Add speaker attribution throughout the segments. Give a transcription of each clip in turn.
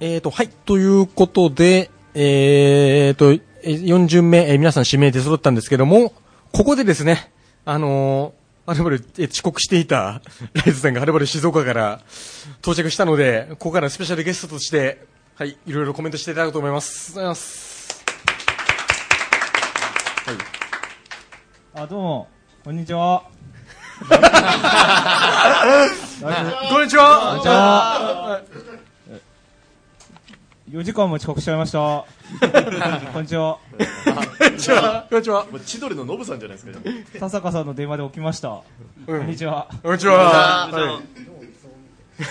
Speaker 1: えーと、はい。ということで、えーと、えー4巡目、えー皆さん指名で揃ったんですけども、ここでですね、あのー、はるばるえー遅刻していた ライズさんがはるばる静岡から到着したので、ここからスペシャルゲストとして、はい、いろいろコメントしていただこうと思います。ありがとうございます。
Speaker 2: あ、どうも、こんにちは。
Speaker 1: こんにちは
Speaker 2: じゃあ、4時間も遅刻しちゃいました。 こんにちは。
Speaker 1: こんにちはこんにちは
Speaker 3: もう千鳥のノブさんじゃないですか。
Speaker 2: 田坂さんの電話で起きました。
Speaker 1: う
Speaker 2: こんに
Speaker 1: ん
Speaker 2: ちは。
Speaker 1: こんにちははい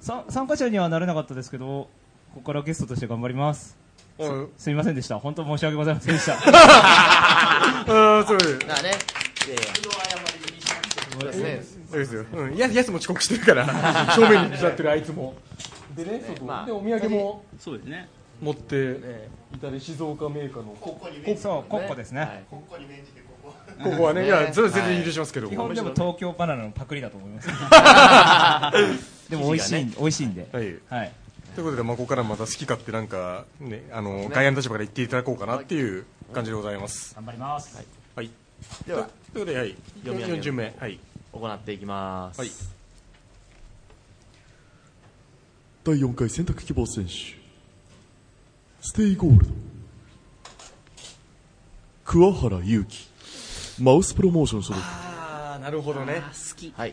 Speaker 2: さ参加者にはなれなかったですけど、ここからゲストとして頑張ります。
Speaker 1: うんうん
Speaker 2: すみませんでした。本当申し訳ございませんでした。
Speaker 1: すごい
Speaker 3: だね。いやいや。そうですね。
Speaker 1: そうですよ。うん。ややすも遅刻してるから、正面に座ってるあいつも。でね、そうそう
Speaker 3: まあ
Speaker 1: で、お土産も
Speaker 4: そうですね。
Speaker 1: 持っていたり、静岡メーカーの、こ
Speaker 2: そう、コッコですね。
Speaker 3: はい
Speaker 1: こはね、いや、それは全然
Speaker 3: はい
Speaker 1: 許しますけど
Speaker 2: 基。本でも東京バナナのパクリだと思います。でも美味しい、
Speaker 3: 生地
Speaker 2: 美味しいんで。
Speaker 1: はい。
Speaker 2: はい。
Speaker 1: ということで、まあ、ここからまた好き勝手なんか、ね、あの、
Speaker 3: ね
Speaker 1: 外野の立場から言っていただこうかなっていう感じでございます。
Speaker 2: 頑張ります。
Speaker 1: はい。
Speaker 3: では、
Speaker 1: ということで、はい。
Speaker 3: 読み上げ
Speaker 1: 4巡目。はい。
Speaker 3: 行っていきます。
Speaker 1: はい
Speaker 5: 第4回選択希望選手ステイゴールド桑原祐希マウスプロモーション所属
Speaker 1: あー、なるほどね。
Speaker 3: はい。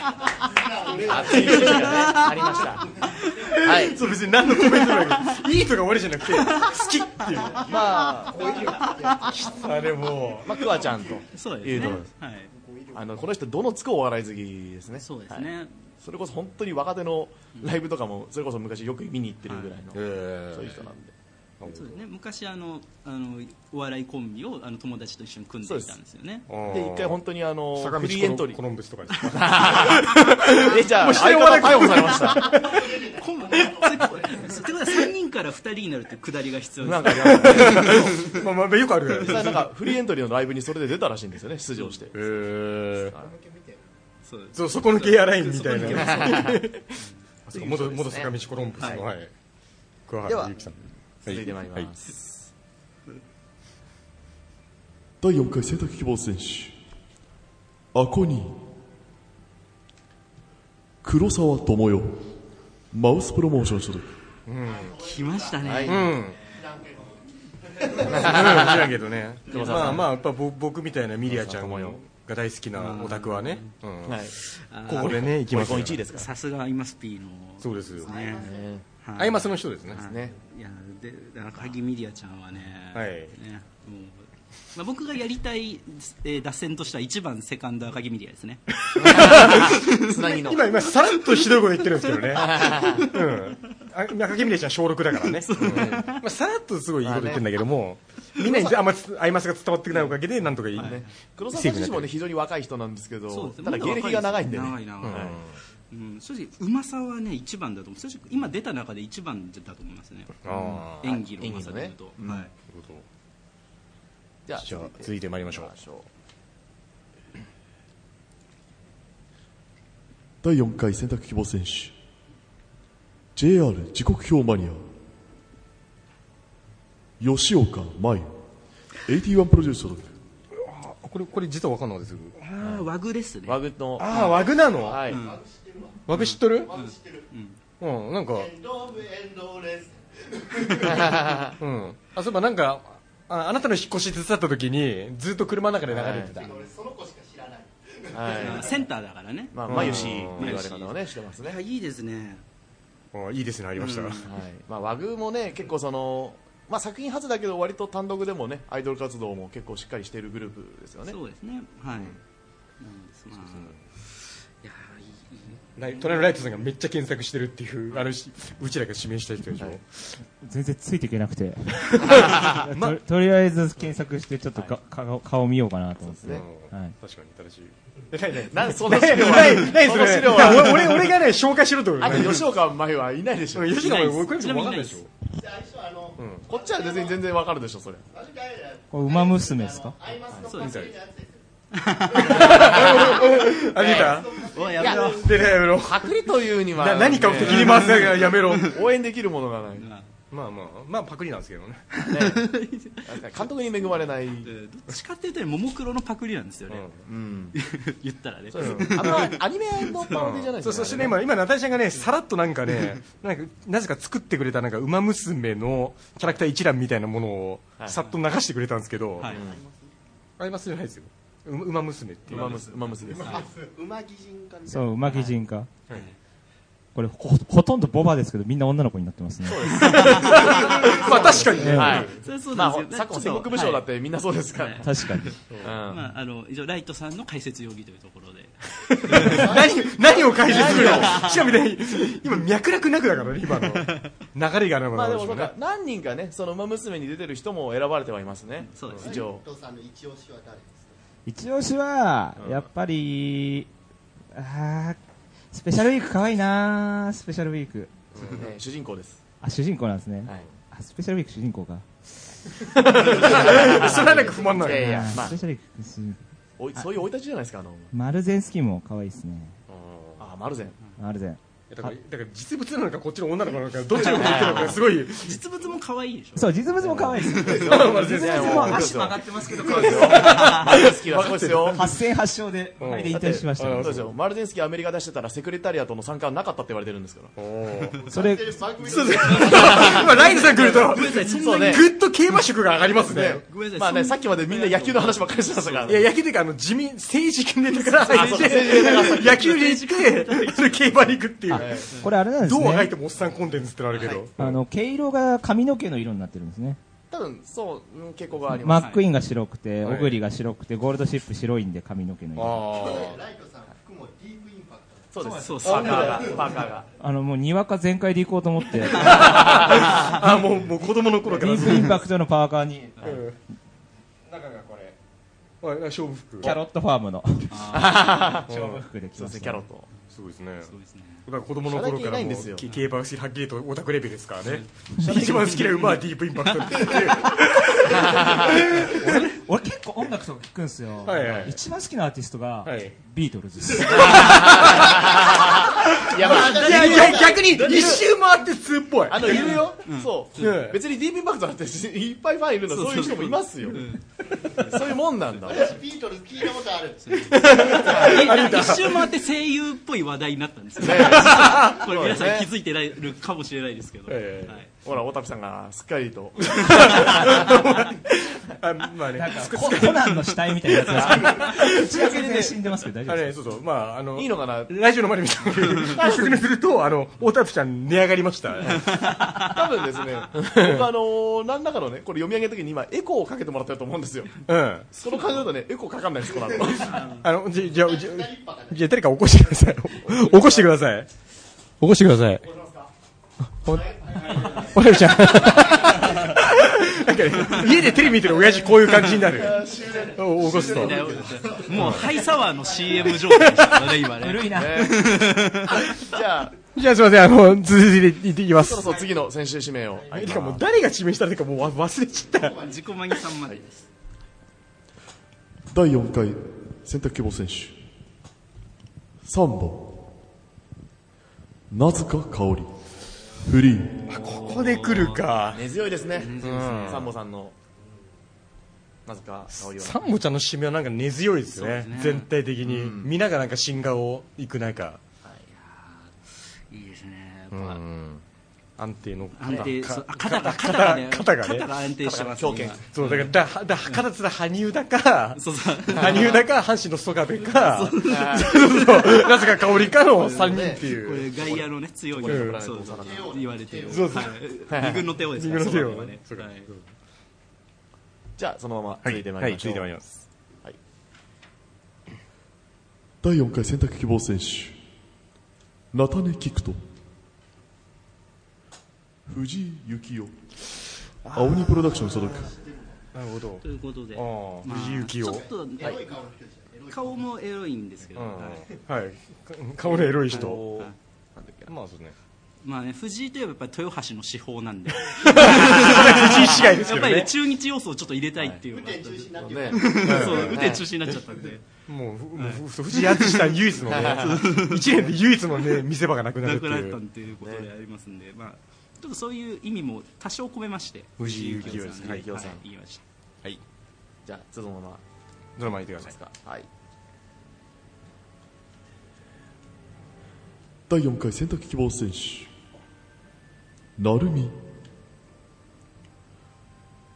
Speaker 3: 熱い時期がね、ありました。はい。
Speaker 1: そう、別に何のコメントもない。いいとか悪いじゃなくて、好きっていう。
Speaker 3: まあ、
Speaker 1: あれも
Speaker 3: まあ、クワちゃんと。
Speaker 4: そうで
Speaker 3: いう
Speaker 4: すね
Speaker 3: ところです。
Speaker 4: はい。
Speaker 3: あの、この人、どのつくお笑い好きですね。
Speaker 4: そうです
Speaker 3: はい。
Speaker 4: ね。
Speaker 3: それこそ本当に若手のライブとかも、それこそ昔よく見に行ってるぐらい
Speaker 1: う。
Speaker 3: の、
Speaker 1: え
Speaker 3: そういう人なんで。
Speaker 4: そうですね。昔あのあのお笑いコンビをあの友達と一緒に組んでいたんですよね。
Speaker 1: ー
Speaker 3: で、一回本当にあの、
Speaker 1: 坂
Speaker 3: フ
Speaker 1: 道
Speaker 3: リーエントリ
Speaker 1: コ
Speaker 3: ー。
Speaker 1: ロンブスとかですか
Speaker 3: え、じゃあ、
Speaker 1: うして
Speaker 3: 相
Speaker 1: お笑い
Speaker 3: 方逮捕されました。
Speaker 4: コンビ。そうってことは三人から二人になるっていうくだりが必要で
Speaker 3: なん
Speaker 4: す。
Speaker 3: かやばい、
Speaker 1: まあまあ、よくある
Speaker 3: 実 際なんかフリーエントリーのライブにそれで出たらしいんですよね、出場して。
Speaker 1: え
Speaker 4: そうです
Speaker 1: そうそこのケアラインみたい
Speaker 4: そ う
Speaker 1: な
Speaker 3: そ
Speaker 1: そうう元元坂道コロンブスの、はい桑原ゆうきさん
Speaker 3: 続いてまいりますす。
Speaker 5: 第4回選択希望選手アコニー黒沢智代マウスプロモーション所属
Speaker 4: 来ました
Speaker 3: は
Speaker 4: ね。
Speaker 3: い
Speaker 1: はい、知らんけどね
Speaker 3: 黒沢
Speaker 1: ま
Speaker 3: さ
Speaker 1: あ
Speaker 3: ん
Speaker 1: まあやっぱ僕僕みたいなミリアちゃん
Speaker 3: 黒沢智
Speaker 1: が大好きなオタクはね、うん
Speaker 3: はい。
Speaker 1: ここでね行き
Speaker 3: オ
Speaker 1: ま
Speaker 3: リ
Speaker 1: すか
Speaker 3: コ
Speaker 1: ら
Speaker 3: ン1位ですから。
Speaker 4: さすがアイマスピーの。
Speaker 1: そうですよ
Speaker 4: ね。はい
Speaker 1: アイマスの人ですね
Speaker 4: はい
Speaker 3: ね
Speaker 4: いやでだから萩ミリアちゃんはね,、
Speaker 1: はい
Speaker 4: ねもうまあ、僕がやりたい、えー、脱線としては1番セカンド赤木ミリアですね
Speaker 3: つなぎの。
Speaker 1: 今今さらっとひどいこと言ってるんですけど ね、うん、あ中木美玲ちゃん小6だからね、うんまあ、さらっとすごいいいこと言ってるんだけども、みんなにあんまつアイマスが伝わってくないおかげでなんとかいい、ね
Speaker 3: 黒沢さん自身もね、非常に若い人なんですけど、た
Speaker 4: ま
Speaker 3: だ芸
Speaker 4: 若
Speaker 3: 歴が長いんでね。
Speaker 4: 長い長い、うん正直うまさはね1番だと思う正直今出た中で1番だと思いますね
Speaker 1: あー
Speaker 4: 演技のうまさでいうと、
Speaker 3: 演技のね
Speaker 4: はい
Speaker 3: じゃあ、
Speaker 1: じゃあ続いて参りましょう
Speaker 5: 第4回選択希望選手 JR 時刻表マニア吉岡真由81プロデュース所属
Speaker 1: これこれ実は分かんなかったです
Speaker 4: ああ和具ですね
Speaker 3: ワグの、
Speaker 1: ああ和具なの、
Speaker 3: はい。
Speaker 1: 和具知っとるうん、うんなんかうんあそういえばなんかああなたの引っ越し手伝った時にずっと車の中で流れてた、
Speaker 3: はい。
Speaker 4: センターだからね、
Speaker 3: まあ、まゆし、言われ方をね、してますね。
Speaker 4: いや
Speaker 3: はい。
Speaker 4: いいですね
Speaker 1: あいいですねありました、
Speaker 3: まあ、ワグもね、結構その、まあ作品初だけど割と単独でもね、アイドル活動も結構しっかりしているグループですよね。
Speaker 4: そうですねはい、なんですまあいやーいいいい
Speaker 1: ない隣のライトさんがめっちゃ検索してるっていうあのしうちらが指名した人でしょ、
Speaker 3: はい
Speaker 2: 全然ついていけなくてととりあえず検索してちょっとか、顔顔見ようかなと思って、
Speaker 3: ね
Speaker 2: はい、
Speaker 1: 確かに正しい
Speaker 3: なんその資料
Speaker 1: ないないそ
Speaker 3: は、その
Speaker 1: れ
Speaker 3: 資料は、
Speaker 1: 俺俺俺がね紹介しろってこと
Speaker 3: あ
Speaker 1: な
Speaker 3: と
Speaker 1: い
Speaker 3: 吉岡真由はいないでしょ。
Speaker 1: 吉野もこれ
Speaker 4: ち
Speaker 1: 分かん
Speaker 4: なみ
Speaker 1: ないで
Speaker 4: にないで
Speaker 1: し
Speaker 4: す
Speaker 1: ょ
Speaker 3: こっちは全然全然わかるでしょそれ
Speaker 2: これ馬娘ですか
Speaker 4: そうです
Speaker 1: あ、見た
Speaker 6: おいやめろ
Speaker 1: でね、やめろ。
Speaker 3: パクリというには、
Speaker 1: な何かを
Speaker 3: ね
Speaker 1: 敵に回すややめろ。
Speaker 3: 応援できるものがない、ね
Speaker 1: まあまあ、まあパクリなんですけどね。
Speaker 3: 監督に恵まれない、
Speaker 6: えーどっちかっていうとねももクロのパクリなんですよね、
Speaker 3: うん、
Speaker 6: 言ったらね
Speaker 3: そうですあのアニメのパロディじゃない
Speaker 1: そ
Speaker 3: で
Speaker 1: う
Speaker 3: す
Speaker 1: そ
Speaker 3: か、
Speaker 1: してね、今、今、ナタリちゃんがね、さらっとなんかね、 なんか、なぜか作ってくれた、なんか、馬娘のキャラクター一覧みたいなものを、
Speaker 3: はい
Speaker 1: さっと流してくれたんですけど、
Speaker 6: はい、
Speaker 1: ありますじゃないですよ。う馬娘っていう。
Speaker 3: 馬娘馬娘です、
Speaker 7: 馬擬人化みたいな
Speaker 2: そう、馬擬人化。これほ、ほとんどボバですけど、みんな女の子になってますね。
Speaker 1: まあ確かにね。
Speaker 3: はい
Speaker 6: それはそうな
Speaker 3: まあ
Speaker 6: ん
Speaker 3: ほ
Speaker 6: ですよ、
Speaker 3: 昨今戦国武将だってみんなそうですか
Speaker 6: は
Speaker 3: ら、
Speaker 6: い
Speaker 2: 確か に。
Speaker 3: うん
Speaker 6: まあ、あの以上ライトさんの解説容疑というところで
Speaker 1: 何、何を解説するのしかもね、今、脈絡なくだからね、今の。流れがなく
Speaker 3: ま
Speaker 1: な
Speaker 3: あ
Speaker 1: る
Speaker 3: で
Speaker 1: んです
Speaker 3: もそ
Speaker 1: よね
Speaker 3: うか。何人かね、その馬娘に出てる人も選ばれてはいますね。
Speaker 6: そうですね
Speaker 3: 一応。
Speaker 7: 斎藤さんの一押しは誰ですか
Speaker 2: 一押しは、やっぱり、あースペシャルウィーク可愛いなースペシャルウィーク。
Speaker 3: ね主人公です。
Speaker 2: あ、主人公なんですね。
Speaker 3: はい。
Speaker 2: あ、スペシャルウィーク主人公か。
Speaker 1: それはなんか不満なの
Speaker 3: いやい
Speaker 1: よ。
Speaker 3: や
Speaker 2: あー
Speaker 3: まあ
Speaker 2: スペシャルウィーク主人公。
Speaker 3: おいそういう生い立ちじゃないですか、あの。
Speaker 2: マルゼンスキーも可愛いですね。
Speaker 3: あ、マルゼン。
Speaker 2: マルゼン。
Speaker 1: だから、だから実物なのか、こっちの女の子なのか、どっちのこと言ってるのか、 すごい。
Speaker 6: 実物も可愛いでしょ
Speaker 2: そう、実物も可愛いです。
Speaker 1: マルゼン
Speaker 3: いやいや
Speaker 1: 先
Speaker 3: もう
Speaker 1: 生
Speaker 6: 足曲がってますけど可
Speaker 3: そう
Speaker 6: 愛い
Speaker 3: ですよ。マルゼンスキーはそうですよ。
Speaker 2: 発戦発勝で、
Speaker 1: うん
Speaker 2: あれで引退しました
Speaker 1: だ
Speaker 3: そ
Speaker 1: って
Speaker 3: う
Speaker 2: ね。
Speaker 3: ですよ。マルゼンスキーアメリカ出してたらセクレタリアとの参加はなかったって言われてるんですから。
Speaker 2: それ
Speaker 7: 歌ってる番組の
Speaker 1: 今、ライドさん来ると、
Speaker 6: ごめんなさいそん
Speaker 3: そ
Speaker 6: な
Speaker 3: う
Speaker 6: に
Speaker 3: ね
Speaker 1: ぐっと競馬色が上がりますね。
Speaker 6: ごめんなさい
Speaker 3: まあね、
Speaker 6: そん
Speaker 3: さっきまでみんな野球の話ばっかりしてましたから
Speaker 1: いや、
Speaker 3: ね。
Speaker 1: 野球というか、あの、地味、政治系ネタから入っ
Speaker 3: そうそう
Speaker 1: て、野球で行って、それ競馬に行くっていう。
Speaker 2: これあれなんです
Speaker 1: どうあがい
Speaker 2: ね。
Speaker 1: てもおっさんコンテンツってのあるけど。
Speaker 2: あの、毛色が髪の毛の色になってるんですね。
Speaker 3: 多分、そううん、傾向があり
Speaker 2: マ
Speaker 3: ます。
Speaker 2: ックイーンが白くて、
Speaker 1: はい
Speaker 2: オグリが白くて、ゴールドシップ白いんで髪の毛の色。
Speaker 1: あ
Speaker 7: ライトさん服もディープインパクト
Speaker 3: そうです。
Speaker 6: そうです
Speaker 3: パーカーが、パーカーが。
Speaker 2: あの、もうにわか全開で行こうと思って、 デ
Speaker 1: あ。あ、もう、もう子供の頃から
Speaker 2: ィー
Speaker 1: ず
Speaker 2: プ
Speaker 1: っ
Speaker 2: インパクトのパーカー に、
Speaker 1: と。うん
Speaker 2: 中がこれ、
Speaker 1: あ勝負服。
Speaker 2: キャロットファームの、 勝負服で来
Speaker 3: そ
Speaker 2: ま
Speaker 3: うです
Speaker 2: し
Speaker 3: ね、キャ
Speaker 2: た
Speaker 3: ロッ
Speaker 2: ね。
Speaker 3: ト。
Speaker 1: すごいですね。
Speaker 6: そうですね
Speaker 1: だから子供の頃か
Speaker 3: 遮らな
Speaker 1: ら
Speaker 3: いん
Speaker 1: も
Speaker 3: ですよ
Speaker 1: う、き競馬が好き、はっきりとオタクレベルですからね。一番好きな馬はディープインパクトっていう。
Speaker 2: 俺結構音楽とか聞くんですよ
Speaker 1: はいはい。
Speaker 2: 一番好きなアーティストが
Speaker 1: はい、
Speaker 2: ビートルズで す。
Speaker 3: いや、まあ、
Speaker 1: いやいや、逆に、一周回って2っぽい。
Speaker 3: あの、いるよ。そう。
Speaker 1: ね
Speaker 3: 別に DB バックだっていっぱいファンいるの、そういう人もいますよ。そういうもんなんだ。
Speaker 7: 私ビートルズ聞いたことある
Speaker 6: 一周回って声優っぽい話題になったんですよね これ皆さん気づいてられるかもしれないですけど、
Speaker 1: ええ
Speaker 6: はい
Speaker 3: ほら、大竹さんがすっかりと。
Speaker 1: あまあね、
Speaker 2: なんか、ココナンの死体みたいなやつ が。打ち上げで死んでますけど大丈
Speaker 1: あ
Speaker 2: 夫で
Speaker 1: れ、
Speaker 2: す
Speaker 1: そうそう、まあ、あの、
Speaker 3: いいのかな
Speaker 1: ラジオの前で見たのに、説明すると、あの、大田部ちゃん、値上がりました。
Speaker 3: 多分です ね、僕あのー、何らかのね、これ読み上げた時に今、エコーをかけてもらってると思うんですよ。
Speaker 1: うん。
Speaker 3: その感じだとね、エコーかかんないで す、この後。
Speaker 1: あの、じ、じゃあ、じゃあ、じゃあ誰か起こしてください。 起こしてください。起こしてください。 お、おたぶちゃん。なん かね、家でテレビ見てる親父こういう感じになる。お起こすと。
Speaker 6: だよもうハイサワーの CM 状態でしたからね今ね
Speaker 2: 古いな。
Speaker 3: じゃあ、
Speaker 1: じゃあすいません、あの、続いていってきま
Speaker 3: そろ
Speaker 1: す。
Speaker 3: そろ次の選手指名を。
Speaker 1: てかもう誰が指名したのかもうわ忘れちゃった。
Speaker 6: 自己満げさんまでです
Speaker 5: 第4回選択希望選手3番なぜか香りフリー
Speaker 1: ここで来るか。
Speaker 3: 根強いですね。サンボさんの、なぜか、香りは。
Speaker 1: サンゴちゃんの締めはなんか根強いですよね、全体的に、皆がなんか新顔をいく中、
Speaker 6: いいですねやっぱ
Speaker 1: 安定の
Speaker 6: 安定
Speaker 1: か
Speaker 6: そうあ肩が肩がね
Speaker 1: 肩がね
Speaker 6: 安定してます
Speaker 3: 肩が強肩
Speaker 6: 今
Speaker 1: そうだからだだからだ羽生だか、
Speaker 6: そう そう
Speaker 1: 羽生だか、阪神の曽我部か、 そうそうそうなぜか香りかの3人って
Speaker 6: こ
Speaker 1: いう、
Speaker 6: れ外野のね強い
Speaker 1: うん
Speaker 6: そうそう言われてる
Speaker 1: そうそ
Speaker 6: は
Speaker 1: う
Speaker 6: い二軍の手をですね
Speaker 1: 二軍の手を
Speaker 6: そうだね
Speaker 1: そうか
Speaker 6: はい
Speaker 3: じゃあ、そのまま
Speaker 1: は
Speaker 3: 続い
Speaker 1: い、
Speaker 3: てま
Speaker 1: はい
Speaker 3: り
Speaker 1: い続
Speaker 3: まし
Speaker 1: い
Speaker 3: ょ
Speaker 1: うてまいります。
Speaker 5: 第4回選択希望選手ナタネ・キクト藤井幸雄青鬼プロダクション所属
Speaker 1: なるほど
Speaker 6: ということで
Speaker 1: ああ
Speaker 6: まあ
Speaker 1: 藤井幸
Speaker 6: ち
Speaker 1: 雄
Speaker 6: ょっと顔もエロいんですけど
Speaker 1: うんはい、か顔のエロい人、
Speaker 3: おー
Speaker 1: まあそうね、
Speaker 6: まあね、藤井といえばやっぱり豊橋の至宝なんで、
Speaker 1: 藤井市街です
Speaker 6: や
Speaker 1: け
Speaker 6: っ
Speaker 1: ど
Speaker 6: ぱりね
Speaker 1: ね。
Speaker 6: 中日要素をちょっと入れたいっていうの
Speaker 7: 運
Speaker 6: があっ
Speaker 7: 転
Speaker 6: た
Speaker 7: 中
Speaker 6: んで
Speaker 7: 止になってる
Speaker 3: ね、
Speaker 6: そう、雨天中止になっちゃったんで、
Speaker 1: もう、ふもうふそう藤井淳さん唯一のね、 一年で唯一のね、見せ場がなくなる
Speaker 6: な
Speaker 1: って
Speaker 6: くなっ
Speaker 1: い
Speaker 6: た
Speaker 1: う。
Speaker 6: っていうことでありますんで、まあ、ちょっとそういう意味も多少込めまして、
Speaker 1: 藤井
Speaker 6: 幸雄
Speaker 1: 幸雄
Speaker 6: に
Speaker 1: さんはい幸雄
Speaker 6: は
Speaker 1: さん
Speaker 6: い言いました。
Speaker 3: はいじゃあそのまま
Speaker 1: ドラマに行ってく
Speaker 3: で
Speaker 1: だ
Speaker 3: す
Speaker 1: さい。
Speaker 3: かはい
Speaker 5: 第4回選択希望選手なるみ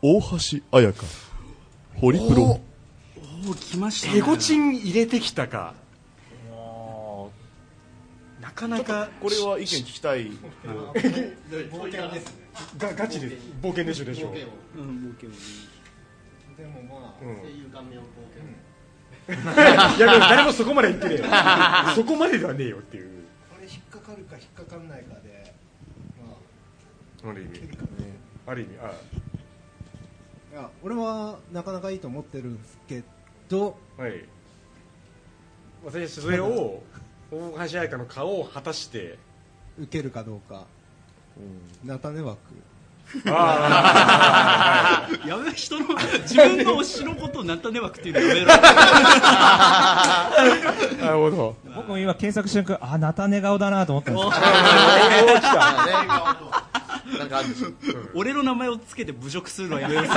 Speaker 5: 大橋彩香ホリプロ
Speaker 6: おお、来ましたね
Speaker 1: エゴチン入れてきたか。なかなか、
Speaker 3: これは意見聞きたい
Speaker 7: 冒険ですね
Speaker 1: がガチです。冒険でしょでし
Speaker 7: 冒
Speaker 1: ょ。
Speaker 7: 険を
Speaker 6: うん、もうけどね
Speaker 7: でもまあ
Speaker 1: うん
Speaker 7: 声優関連を冒険
Speaker 1: いやでも誰もそこまで言ってねえよそこまでではねえよっていう
Speaker 8: あれ引っかかるか引っかかんないかで、まあ、
Speaker 1: ある意味
Speaker 8: 結果ね
Speaker 1: ある意味あ
Speaker 8: いや俺はなかなかいいと思ってるんですけど
Speaker 1: はい私それを大橋彩香の顔を果たして
Speaker 8: 受けるかどうか、菜種枠
Speaker 1: あ
Speaker 6: やべえ人の自分の推しのことをなんたね枠っていうのやめろ
Speaker 1: あなるほど
Speaker 2: 僕も今検索した瞬間、あ、菜種顔だなと思ったんですよ。
Speaker 3: なんかあるんでしょ
Speaker 6: 俺の名前をつけて侮辱するのはやめろ
Speaker 2: 無駄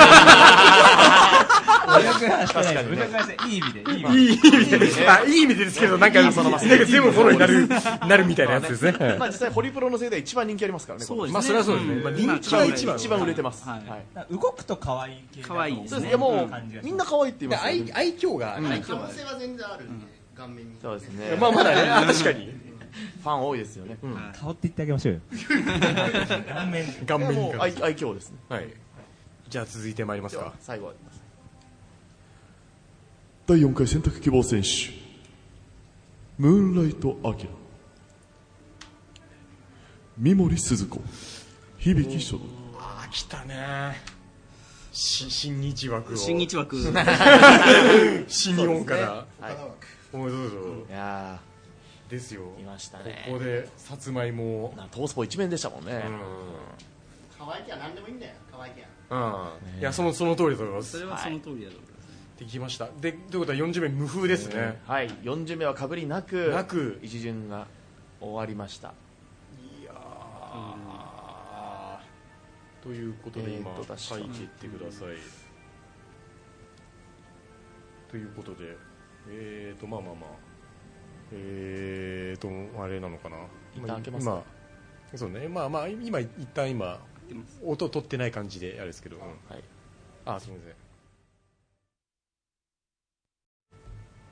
Speaker 2: 話してない。無駄話してない。いい意味で、いい意味で。
Speaker 1: いい意味でです あいい意味でですけどなんかなんか全部フォローにな るなるみたいなやつですねはい
Speaker 3: まあ実際ホリプロのせいで一番人気ありますからね
Speaker 6: そうですね
Speaker 1: まあそれはそうですね
Speaker 6: ん
Speaker 1: まあ人気が一番
Speaker 3: 一番売れてます
Speaker 6: はい
Speaker 3: はい
Speaker 2: 動くと可愛い系だと思う
Speaker 6: 可愛いです
Speaker 3: そうで
Speaker 6: ね
Speaker 3: すねいやもう
Speaker 2: 感じがします
Speaker 3: みんな可愛いって言いますよね
Speaker 1: 愛愛嬌が
Speaker 3: うん
Speaker 7: 可能性は全然あるんで顔面に
Speaker 3: そうですね
Speaker 1: まあまだね確かに
Speaker 3: ファン多いですよね
Speaker 2: 顔って言ってあげましょうよ。顔面。
Speaker 1: 顔面
Speaker 3: もう
Speaker 1: が
Speaker 3: 愛愛嬌ですね
Speaker 1: はいじゃあ続いてまいります
Speaker 3: で
Speaker 1: か
Speaker 3: は最後は
Speaker 5: 第4回選択希望選手ムーンライトアキラ三森鈴子響所属
Speaker 1: あ来たねし新日枠を
Speaker 6: 新日枠
Speaker 1: 新日本から、
Speaker 3: はい
Speaker 1: おめでとうぞ、
Speaker 3: いや
Speaker 1: ですよ
Speaker 3: ーいました
Speaker 1: こ
Speaker 3: ね
Speaker 1: こでさつまいもを
Speaker 3: なトースポ一面でしたもんね
Speaker 1: うん、
Speaker 7: 可愛きゃ何でもいいんだよ可愛きゃ
Speaker 1: うんいやそのその通りだと思いま
Speaker 6: そ
Speaker 1: す
Speaker 6: れはその通りだと思います
Speaker 1: できましたでということは40名無風ですね、
Speaker 3: はい4巡目はかぶりなく
Speaker 1: なく
Speaker 3: 一巡が終わりました
Speaker 1: あーということで
Speaker 3: えー
Speaker 1: 今、
Speaker 3: と確か
Speaker 1: 書いていってください、ということでえーとまあまあまあえーとあれなのかな
Speaker 3: 一旦開けますか
Speaker 1: 今そうねまあまあ今一旦今
Speaker 6: ってます
Speaker 1: 音取ってない感じであれですけど、うん
Speaker 3: はい
Speaker 1: あ、すみません。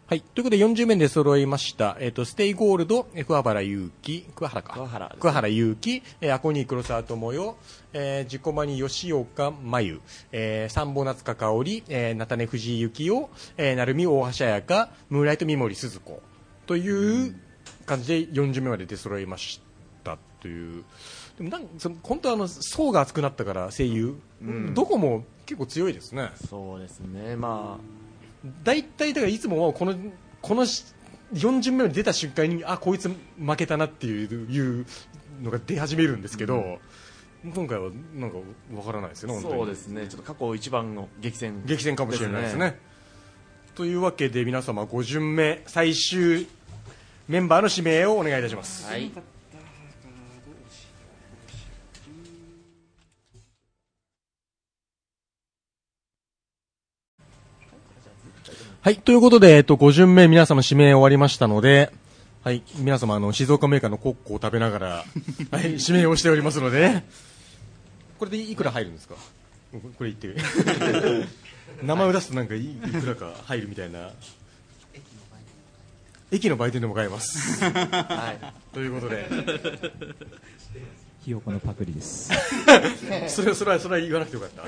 Speaker 1: はい。ということで40面で揃いました。えっ、と、ステイゴールド、えー桑原祐希、桑原か。
Speaker 3: 桑原ですね
Speaker 1: 桑原祐希、えーアコニー黒沢智代、えー、ジコマニ吉岡真由、えー、三保夏香香織、えー、菜種藤井幸雄、えー、成海大橋彩香、ムーンライト三森鈴子。という感じで40名まで出揃いましたという。でもなんその本当はあの層が厚くなったから声優、どこも結構強いですね
Speaker 3: そうですねま
Speaker 1: 大体だからいつもはこのこのし4巡目に出た瞬間にあこいつ負けたなっていういうのが出始めるんですけど、今回はなんかわからないですよ
Speaker 3: あ
Speaker 1: ね本当に
Speaker 3: そうですねちょっと過去一番の激戦
Speaker 1: 激戦かもしれないですねというわけで皆様5巡目最終メンバーの指名をお願いいたします、
Speaker 3: はい
Speaker 1: はい、ということで、えっと、5巡目皆様指名終わりましたので、はい、皆様、あの、静岡メーカーのコッコを食べながら、 はい、指名をしておりますので、ね、これでいくら入るんですかここれ言って。名前を出すとなんかいいいくらか入るみたいな。駅の売店でも買えます。はい。ということで、
Speaker 2: ひよこのパクリです。
Speaker 1: それは、それは、それは言わなくてよかった。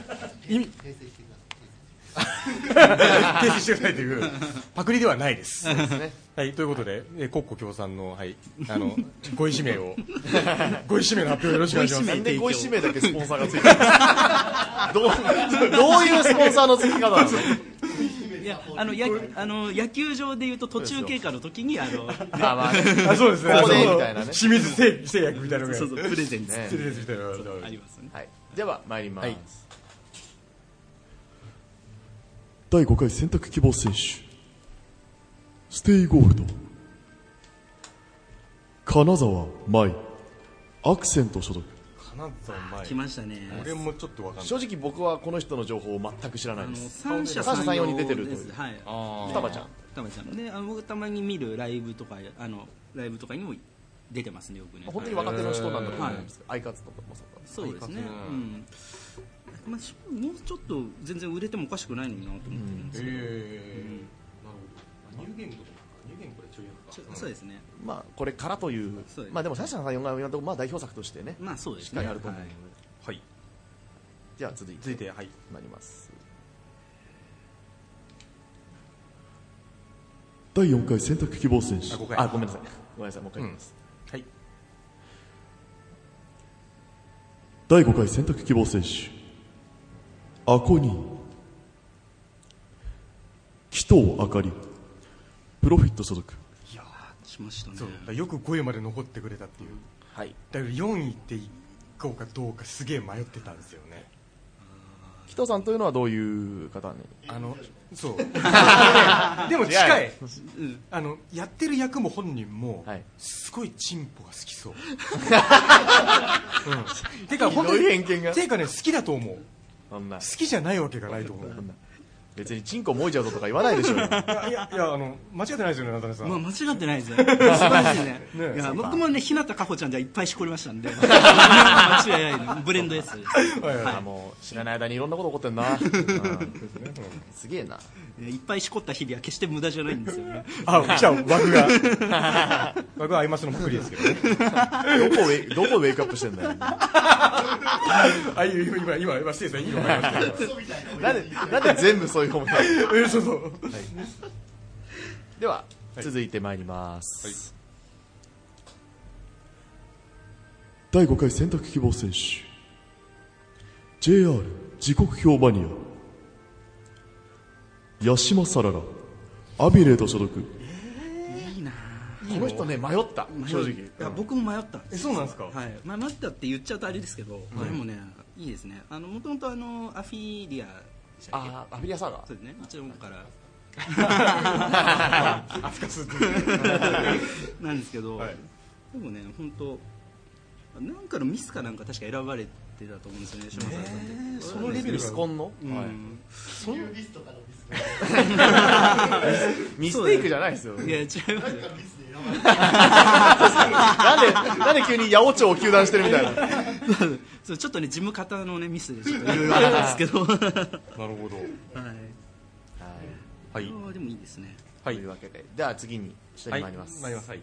Speaker 1: い
Speaker 7: 訂正してください
Speaker 1: 停止してくださいという、 パクリではないです。
Speaker 3: ですね
Speaker 1: はい、ということで、えー国庫協賛の、はい、あの、ご意指名を、 ご意指名の発表よろしくお願いします。
Speaker 3: なんでご指名だけスポン サーがついてるんですかどうどういうスポンサーのつき方なの
Speaker 4: いやあのやあの野球場でいうと途中経過の時にあの、
Speaker 3: まあまあね
Speaker 1: あそうですね。
Speaker 3: ここで
Speaker 1: あの
Speaker 3: みたいなね
Speaker 1: 清水製製薬みたいなのが。
Speaker 4: そうそう プレゼンツ、
Speaker 3: ね
Speaker 1: 失礼ですみたいなのが
Speaker 4: ありますね
Speaker 3: はい、では参ります、
Speaker 5: はい第5回選択希望選手ステイゴールド金沢舞アクセント所属
Speaker 1: 金沢
Speaker 4: 来ましたね
Speaker 1: 俺もちょっとわかんない。
Speaker 3: 正直僕はこの人の情報を全く知ら
Speaker 4: あ
Speaker 3: ない
Speaker 4: の
Speaker 3: です
Speaker 4: 三者
Speaker 3: 三者
Speaker 4: 三
Speaker 3: 三
Speaker 4: 様
Speaker 3: 様に出てるとい
Speaker 4: で
Speaker 3: う
Speaker 4: すはい
Speaker 3: 双葉ちゃん
Speaker 4: たまちゃんであの僕たまに見るライブとかあのライブとかにも出てますねよくね
Speaker 3: 本当に若手の人なんだと思うんですけど、アイカツとかもそうか
Speaker 4: そうですねうんまあしもうちょっと全然売れてもおかしくないのになと思ってるんですけど、
Speaker 1: ニューゲームとかニューゲームこれちょいや
Speaker 4: ちょそうですね
Speaker 3: まあこれからという
Speaker 4: そうです
Speaker 3: まあでも三者三様が今のところまあ代表作としてね
Speaker 4: まあそうで
Speaker 3: しっ
Speaker 4: す
Speaker 3: か
Speaker 4: ね
Speaker 3: りあると思う、
Speaker 4: はい
Speaker 1: はい。
Speaker 3: じゃあ続いて
Speaker 1: 続いてはい。
Speaker 3: なります
Speaker 5: 第4回選択希望選手
Speaker 1: あ5回。
Speaker 3: あごめんなさいごめんなさいもう一回言います、
Speaker 1: はい。
Speaker 5: 第5回選択希望選手アコニー紀藤あかりプロフィット所属
Speaker 4: しましたね
Speaker 1: そう。だからよく5位まで残ってくれたっていう。
Speaker 3: はい
Speaker 1: だから4位っていこうかどうかすげえ迷ってたんですよね。
Speaker 3: 紀藤さんというのはどういう方に
Speaker 1: あの、そう。 でも近い。あの、やってる役も本人も
Speaker 3: はい、
Speaker 1: すごいチンポが好き そう。うんてか、本当
Speaker 3: ひどい
Speaker 1: に、
Speaker 3: 偏見が
Speaker 1: てかね、好きだと思う。
Speaker 3: そんな
Speaker 1: 好きじゃないわけがないと思 う。
Speaker 3: 別にチンコ燃えちゃうぞとか言わないでしょ うよ
Speaker 1: いや、いや、いやあの、間違ってないですよね、中根さ
Speaker 4: まあ
Speaker 1: ん。
Speaker 4: 間違ってないですよ。素晴らしいね。
Speaker 1: ね
Speaker 4: いや僕もね日向かほちゃんではいっぱいしこりましたんで。間違いないの。ブレンド S です。
Speaker 1: はいは
Speaker 3: あもう知らない間にいろんなこと起こってん なうんすげえない
Speaker 4: っぱいしこった日々は決して無駄じゃないんですよね。
Speaker 1: あ、じゃあ、枠 が。枠はアイマスのパクリですけどね。
Speaker 3: どこウェイどこウェイクアップしてんだよ
Speaker 1: あ、いや今、今、今、今、失礼ですね。いいの分かりました
Speaker 9: クソみたいな
Speaker 3: なんでなんで全部そういう思い
Speaker 1: え、そうそう。
Speaker 3: では続いてまいります、
Speaker 5: 第5回選択希望選手 JR 時刻表マニア八島さららアビレート所属
Speaker 4: いいな。
Speaker 3: この人ね迷った正直
Speaker 4: いや僕も迷ったんです。
Speaker 1: えそうなんですか
Speaker 4: はい。まあ迷ったって言っちゃうとあれですけど、でもねいいですね。あの元々あのアフィリアでしたっけ。
Speaker 3: あーアフィリアサーガ
Speaker 4: そうですね。一応 から。
Speaker 1: アフカスって。
Speaker 4: なんですけど、
Speaker 1: はい
Speaker 4: でもね本当なんかのミスかなんか確か選ばれてたと思うんですよね島さんって、
Speaker 1: そのレベル
Speaker 3: ミ
Speaker 1: が
Speaker 3: スコンの、
Speaker 4: うん
Speaker 9: ユーリストからのミスが
Speaker 3: ミステイクじゃないですよ
Speaker 4: いや違い ますよ
Speaker 9: なんかミスで選ばれ
Speaker 3: なんでなんで急に八百長を糾弾してるみたいな
Speaker 4: そうちょっとね事務方のねミスでちょっ といろいろあるんですけど
Speaker 1: な
Speaker 4: は
Speaker 1: るほど。はい
Speaker 4: い。あでもいいですね
Speaker 3: というわけででは次に下に参ります、
Speaker 1: 参ります。はい。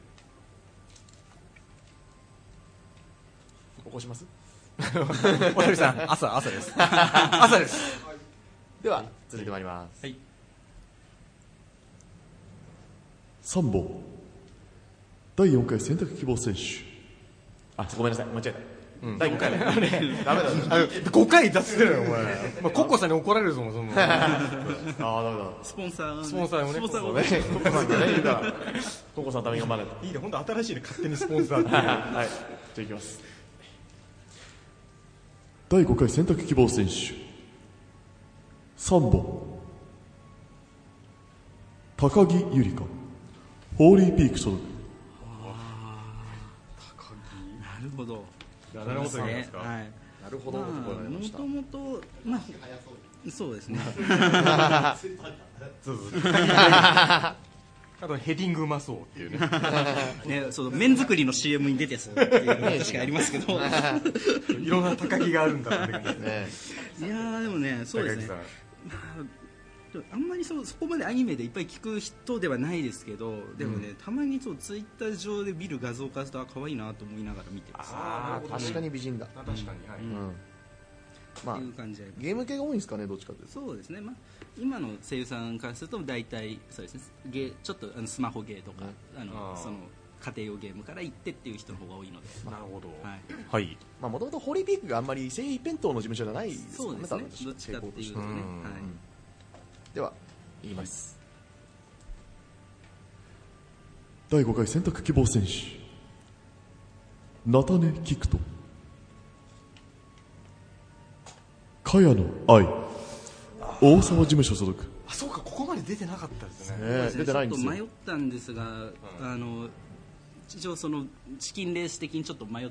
Speaker 3: 起こします
Speaker 1: おしゃべりさん、朝、朝 です。朝です。
Speaker 3: では続いてまいります
Speaker 1: はい。
Speaker 5: 3本第4回選択希望選手
Speaker 3: あごめんなさい間違えた、第5回だダメだあ
Speaker 1: 5回出してるよ、お前。 まあ、コッコさんに怒られるぞ、もうそんな。
Speaker 3: あーダメだ
Speaker 4: スポンサーがね
Speaker 1: スポンサーもね
Speaker 4: スポンサー
Speaker 3: そう
Speaker 4: が
Speaker 3: ねココさんがねいるからココさんのために頑張らないと
Speaker 1: いいね、本当新しいね、勝手にスポンサーっていう。
Speaker 3: はいじゃあいきます
Speaker 5: 第5回選択希望選手3本高木ゆりかホーリーピーク所属
Speaker 4: なるほど
Speaker 1: なるほどですか
Speaker 4: はい
Speaker 3: なるほど
Speaker 4: もともとまあそうですね
Speaker 1: そうそう。 あと、ヘディングうまそうっていうね。
Speaker 4: ねそう麺作りの CM に出てそうっていうのが確かあります けどいや
Speaker 1: いろんな高木があるんだなって感じ
Speaker 3: ね
Speaker 4: ーでもねそうですね
Speaker 1: 高木
Speaker 4: でもあんまりそうそこまでアニメでいっぱい聞く人ではないですけどでもね、たまにそうツイッター上で見る画像化するとあ可愛いなと思いながら見てます
Speaker 1: あー
Speaker 3: 確かに美人だ、
Speaker 1: さん。確かに、は
Speaker 3: う
Speaker 1: い。
Speaker 3: ん、
Speaker 4: っ
Speaker 3: まあ
Speaker 4: ていう感じで
Speaker 3: ゲーム系が多いんですかねどっちかというと
Speaker 4: そうですね、まあ、今の声優さんからすると大体そうですねゲーちょっとあのスマホゲーとか、あの
Speaker 1: あー
Speaker 4: その家庭用ゲームから行ってっていう人の方が多いので、
Speaker 1: なるほど。
Speaker 4: はい、
Speaker 1: はい。
Speaker 3: まあもともとホリピークがあんまり西一辺倒の事務所じゃないです
Speaker 4: そ
Speaker 3: も
Speaker 4: うん
Speaker 3: ね
Speaker 4: です
Speaker 3: 多
Speaker 4: ね
Speaker 3: 分
Speaker 4: どっちかっていうとね、
Speaker 1: うん
Speaker 4: はい、
Speaker 3: ではいきます
Speaker 5: 第5回選択希望戦士菜種菊と茅野愛大沢事務所所属
Speaker 1: あ、そうか、ここまで出てなかったですね。
Speaker 3: ね出てないんで
Speaker 4: ち
Speaker 3: す
Speaker 4: ょっと迷
Speaker 3: よ
Speaker 4: ったんですが、あの一応そのチキンレース的にちょっと迷っ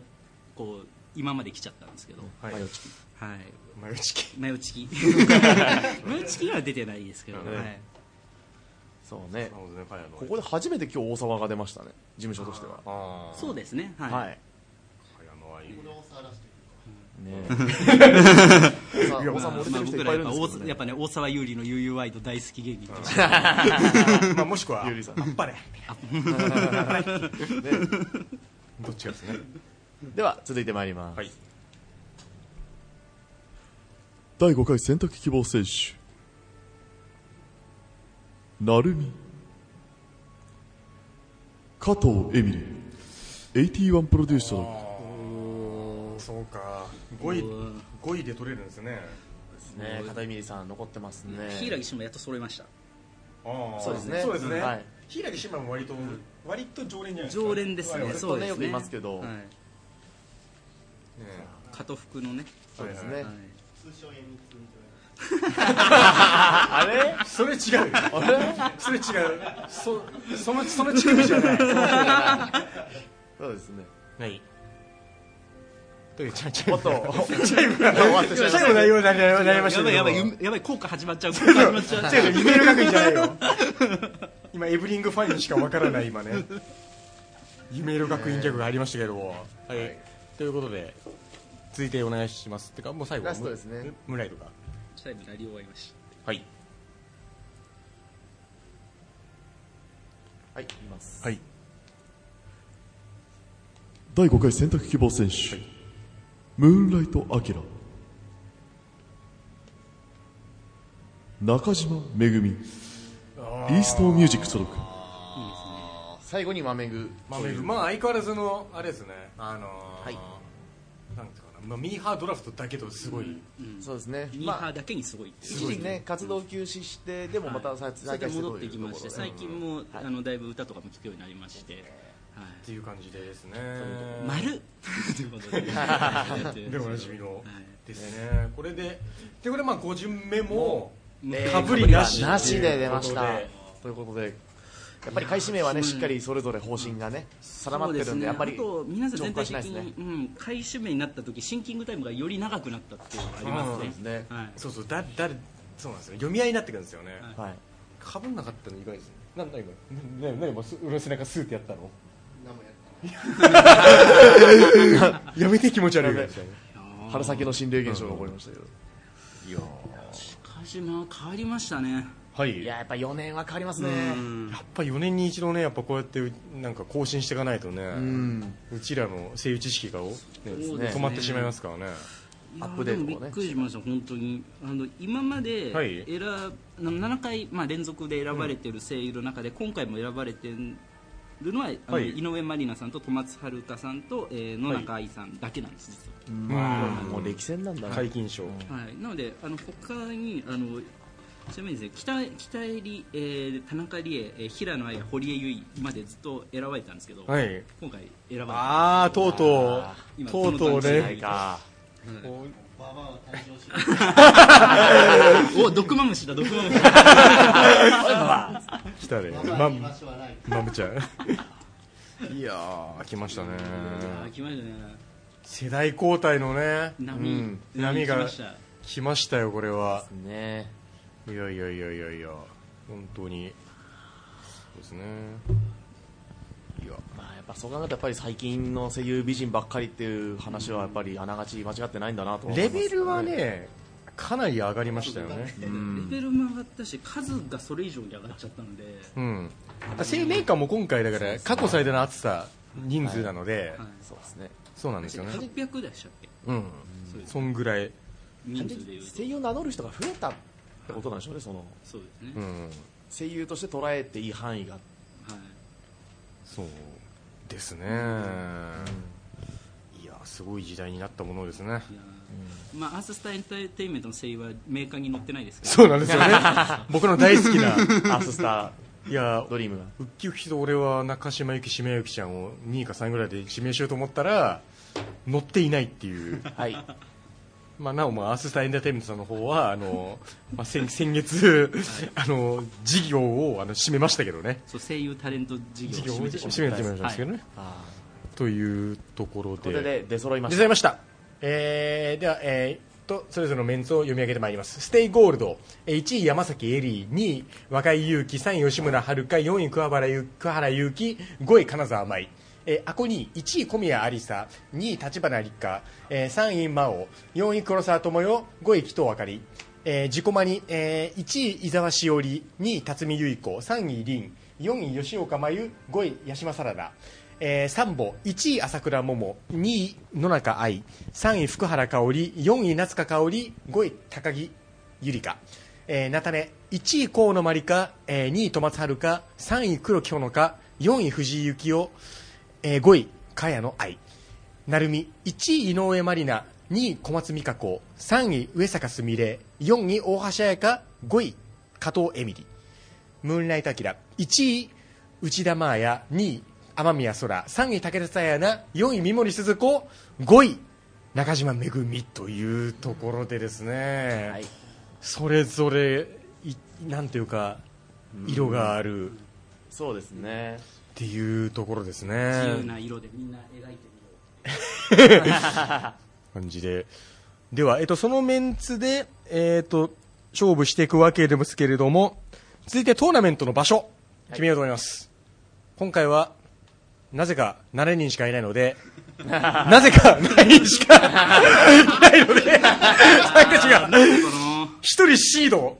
Speaker 4: こう今まで来ちゃったんですけど、
Speaker 1: はい。
Speaker 4: はい、
Speaker 1: マヨチキ。
Speaker 4: マ ヨチキ マヨチキには出てないですけど、
Speaker 3: ね
Speaker 4: はい、
Speaker 3: そうね
Speaker 1: なるほどね、パヤの。
Speaker 3: ここで初めて今日大沢が出ましたね事務所としては
Speaker 1: ああ。
Speaker 4: そうですねはい、
Speaker 3: はい
Speaker 1: パヤの愛。
Speaker 10: 物を晒してる
Speaker 3: 大沢大
Speaker 4: まあ
Speaker 3: 沢
Speaker 4: ま
Speaker 3: も
Speaker 4: あ
Speaker 3: 出てる人い
Speaker 4: 僕
Speaker 3: っぱ
Speaker 4: ら
Speaker 3: いいるんで
Speaker 4: やっぱ大
Speaker 3: すけど
Speaker 4: や
Speaker 3: ね
Speaker 4: っぱね大沢優里の UU ワイド大好き芸人とし て
Speaker 1: まあ、もしくは、
Speaker 3: ゆりさん
Speaker 1: あっぱれ。
Speaker 3: どっちがですねでは続いてまいります
Speaker 1: はい。
Speaker 5: 第5回選択希望選手なるみ加藤エミリ81プロデュース所属
Speaker 1: そうか。5位、5位で取れるんですね。
Speaker 3: ね片井美里さん残ってますね
Speaker 4: 柊木志もやっと揃いました
Speaker 1: ああ。
Speaker 3: そうですね
Speaker 1: そうですね。
Speaker 3: は
Speaker 1: はいい。平木島も割と、割と常連じゃないですか。
Speaker 4: 常連ですね
Speaker 1: はい
Speaker 4: そうですね
Speaker 3: よく言いますけど
Speaker 4: はい、
Speaker 1: ね
Speaker 4: 加藤福のね、
Speaker 3: そうです
Speaker 4: は
Speaker 3: ね
Speaker 4: い、
Speaker 10: 通称エミツンと言われて
Speaker 3: あれ
Speaker 1: それ違うよ。それ違う。そ、その、そのチームじゃない。
Speaker 3: そうですね
Speaker 1: はい。 という、ちゃち
Speaker 3: お
Speaker 1: ゃ
Speaker 3: っとチャイムが終わってしまいま
Speaker 1: 最後の内容になりなりましたけ
Speaker 4: やば
Speaker 1: ど。
Speaker 4: いやばいゆやばい効果始まっちゃう効果始まっちゃう
Speaker 1: 違う違う、夢の学院じゃないよ。 今、エブリングファンにしかわからない、今ね。夢色学院ギャグがありましたけども。はい。ということで、続いてお願いします。てか、もう最後
Speaker 3: ラストですね。
Speaker 1: む村井とか。
Speaker 4: 最後になり終わりました
Speaker 1: はい。
Speaker 3: はいいきます
Speaker 1: はい。
Speaker 5: 第5回選択希望選手、ムーンライト・アキラ中島めぐみイーストミュージック所属
Speaker 3: 最後に豆具
Speaker 1: まあ、まあ、相変わらずの、あれですね。あのー、
Speaker 3: はい
Speaker 1: なんていうかな、まあ、ミーハードラフトだけど、すごい。
Speaker 3: そうですね
Speaker 4: ミーハーだけにすごいっていう
Speaker 3: 一時ね活動休止してでもまた再
Speaker 4: それ
Speaker 3: 再
Speaker 4: で
Speaker 3: 開して
Speaker 4: 戻っ
Speaker 3: と
Speaker 4: て
Speaker 3: いう
Speaker 4: き
Speaker 3: とこ
Speaker 4: ま
Speaker 3: ろ
Speaker 4: して
Speaker 3: で
Speaker 4: 最近も、あのだいぶ歌とかも聴くようになりまして、は
Speaker 1: っていう感じですね。
Speaker 4: い、丸ということで
Speaker 1: でおなじみの、ですね。これで、で、これ、まあ、5巡目も、
Speaker 4: えー
Speaker 1: かぶりなし。
Speaker 3: なしで出ました
Speaker 1: ということで
Speaker 3: ということでやっぱり開始名はねしっかりそれぞれ方針がね定まってるんでやっぱり
Speaker 4: あと皆さん
Speaker 3: ジョ
Speaker 4: 全
Speaker 3: ン化
Speaker 4: 体
Speaker 3: し
Speaker 4: 的
Speaker 3: ないです
Speaker 4: に、
Speaker 3: ね
Speaker 4: うん、買い占めになった時シンキングタイムがより長くなったっていうのがありますね,、
Speaker 3: ね
Speaker 4: はい、
Speaker 1: そうそう、だ、だ、そうなんですよ。読み合いになってくるんですよね。
Speaker 3: はい
Speaker 1: かぶんなかったの意外ですね。なんだ今、 な、な、な、今、す俺の背中スーってやったの。
Speaker 10: 何もやって
Speaker 1: やめて気持ち悪い。
Speaker 3: 春先の心霊現象が起こりましたけど
Speaker 4: 鹿島変わりましたね
Speaker 1: はい。
Speaker 3: い
Speaker 1: や
Speaker 3: ややっぱ4年は変わりますね
Speaker 4: う
Speaker 1: っ
Speaker 4: ん
Speaker 1: ぱ4年に一度ね、やっぱこうやって、なんか更新していかないとね。
Speaker 3: うん
Speaker 1: うちらの声優知識が、ね、
Speaker 4: そうです
Speaker 1: 止
Speaker 4: ね
Speaker 1: まってしまいますからね。
Speaker 4: いや
Speaker 3: アップデートをね
Speaker 4: でもびっくりしました本当にあの今まで
Speaker 1: はい
Speaker 4: 選、あの7回、まあ、連続で選ばれてる声優の中で、今回も選ばれてるのは、あの
Speaker 1: はい
Speaker 4: 井上まりなさんと戸松遥さんと、えー、野中愛さんだけなんです実は
Speaker 3: もう歴戦なんだな
Speaker 1: 解禁賞。
Speaker 4: はい、なので、あの他にあのちなみにですね、北北入り、えー田中理恵、えー平野綾、堀江由衣までずっと選ばれたんですけど、
Speaker 1: はい。
Speaker 4: 今回選ば
Speaker 1: ああ、とうとう。
Speaker 4: 今
Speaker 1: とうとう
Speaker 4: この段
Speaker 1: ね
Speaker 3: か
Speaker 4: 階。れた、はい
Speaker 10: ババアは誕生し
Speaker 4: お毒まむしだ、毒まむし
Speaker 1: 来たね。
Speaker 10: ババア
Speaker 1: ま
Speaker 10: に居、場所はない
Speaker 1: まむちゃん。いやー、来ましたね。
Speaker 4: 来ましたね、
Speaker 1: 世代交代のね、
Speaker 4: 波、
Speaker 3: うん
Speaker 1: 波が
Speaker 4: 来ました
Speaker 1: 来ましたよ、これは。
Speaker 3: ね
Speaker 1: いやいやいやいやいや、本当に。そうですね。いや、
Speaker 3: まあやっぱそう考えるとやっぱり最近の声優美人ばっかりっていう話はやっぱりあながち間違ってないんだなと思いま
Speaker 1: レ
Speaker 3: す
Speaker 1: ベルはね、かなり上がりましたよね。
Speaker 4: レベルも上がったし、数がそれ以上に上がっちゃったので、
Speaker 1: うん。生命感も今回だから、過去最大の暑さ、人数なので、
Speaker 4: はい、
Speaker 3: そうですね
Speaker 1: そうなんですよね。
Speaker 4: 800でしたっけ、
Speaker 1: うん。そんぐらい。
Speaker 4: 人数でいうと
Speaker 3: 声、優を名乗る人が増えたってことなんでしょうねその
Speaker 4: そうですね、
Speaker 1: う
Speaker 4: はい、
Speaker 1: ん。
Speaker 3: 声優として捉えていい範囲が
Speaker 1: そうですね、いやすごい時代になったものですね。
Speaker 6: いやーまあ、アーススターエンターテインメントの声優はメーカーに載ってないですけど
Speaker 1: そうなんですよね。僕の大好きな。
Speaker 3: アーススタ
Speaker 1: いや
Speaker 3: ー、ドリームが。
Speaker 1: ウッキウキと俺は中島由紀、島由紀ちゃんを2位か3位ぐらいで指名しようと思ったら、乗っていないっていう。
Speaker 3: はい。
Speaker 1: まあ、なおもアーススターエンターテインメントさんの方は、あの、まあ、先先月、あの、事業をあの締めましたけどね。
Speaker 6: そう声優タレント事
Speaker 1: 事
Speaker 6: 業
Speaker 1: 業
Speaker 6: を閉
Speaker 1: を
Speaker 6: めてしま
Speaker 1: 締めてしまいま
Speaker 6: っ
Speaker 1: したたけどね。
Speaker 3: あ
Speaker 1: というところ
Speaker 3: ーこれ
Speaker 1: で。
Speaker 3: で出揃いま
Speaker 1: ご
Speaker 3: し
Speaker 1: ざ
Speaker 3: た。
Speaker 1: いました。えー、では、えーっとそれぞれのメンツを読み上げてまいりますステイゴールドえー1位山崎エリー2位若井祐希3位吉村遥4位桑原ゆ桑原祐希5位金沢舞えー、アコニー1位小宮有沙2位立花立花、えー、3位真央4位黒沢智代5位紀藤あかり、えー、自己マニ、えー、1位伊沢しおり2位辰巳結子3位凛4位吉岡真由5位八嶋サラダえー、3本1位朝倉桃2位野中愛3位福原香織4位夏香香織5位高木ゆりか、えー、菜種1位河野真理香、えー、2位戸松遥香3位黒木ほのか4位藤井幸雄、えー、5位茅野愛成美1位井上真里奈2位小松美香子3位上坂すみれ4位大橋彩香5位加藤恵美里ムーンライトアキラ1位内田真彩2位天宮空3位武田紗也奈4位三森すず子5位中島めぐみというところでですね、
Speaker 3: はい
Speaker 1: それぞれいなんていうか色があるっ
Speaker 3: そうですね。
Speaker 1: ていうところです
Speaker 6: た自
Speaker 1: ね
Speaker 6: 由な色でみんな描いてみよう
Speaker 1: 感じで。では、えっと、そのメンツで、えっと、勝負していくわけですけれども、続いてトーナメントの場所、決めようと思います。今回は、なぜか7人しかいないので、 なぜか7人しかいないので、 私たちが
Speaker 6: この
Speaker 1: 一人シード、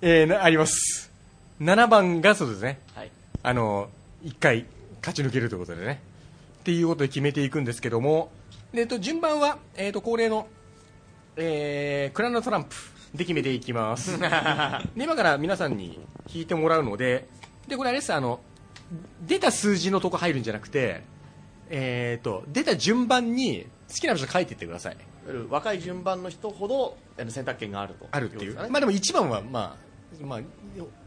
Speaker 1: えーなあります。7番がそうですね。
Speaker 3: はい。
Speaker 1: あの、一回勝ち抜けるということでね。っていうことで決めていくんですけども、でえっと、順番は、えっと、恒例の、えー、クランドトランプで決めていき ます。で、今から皆さんに引いてもらうので、で、これあれです、あの、出た数字のとこ入るんじゃなくて、えっと、出た順番に好きな場所書いていってください。
Speaker 3: 若い順番の人ほどあの選択権があると。
Speaker 1: あるっていう。
Speaker 3: ことですか
Speaker 1: まあ
Speaker 3: ね
Speaker 1: でも1番は、まあ、まあ、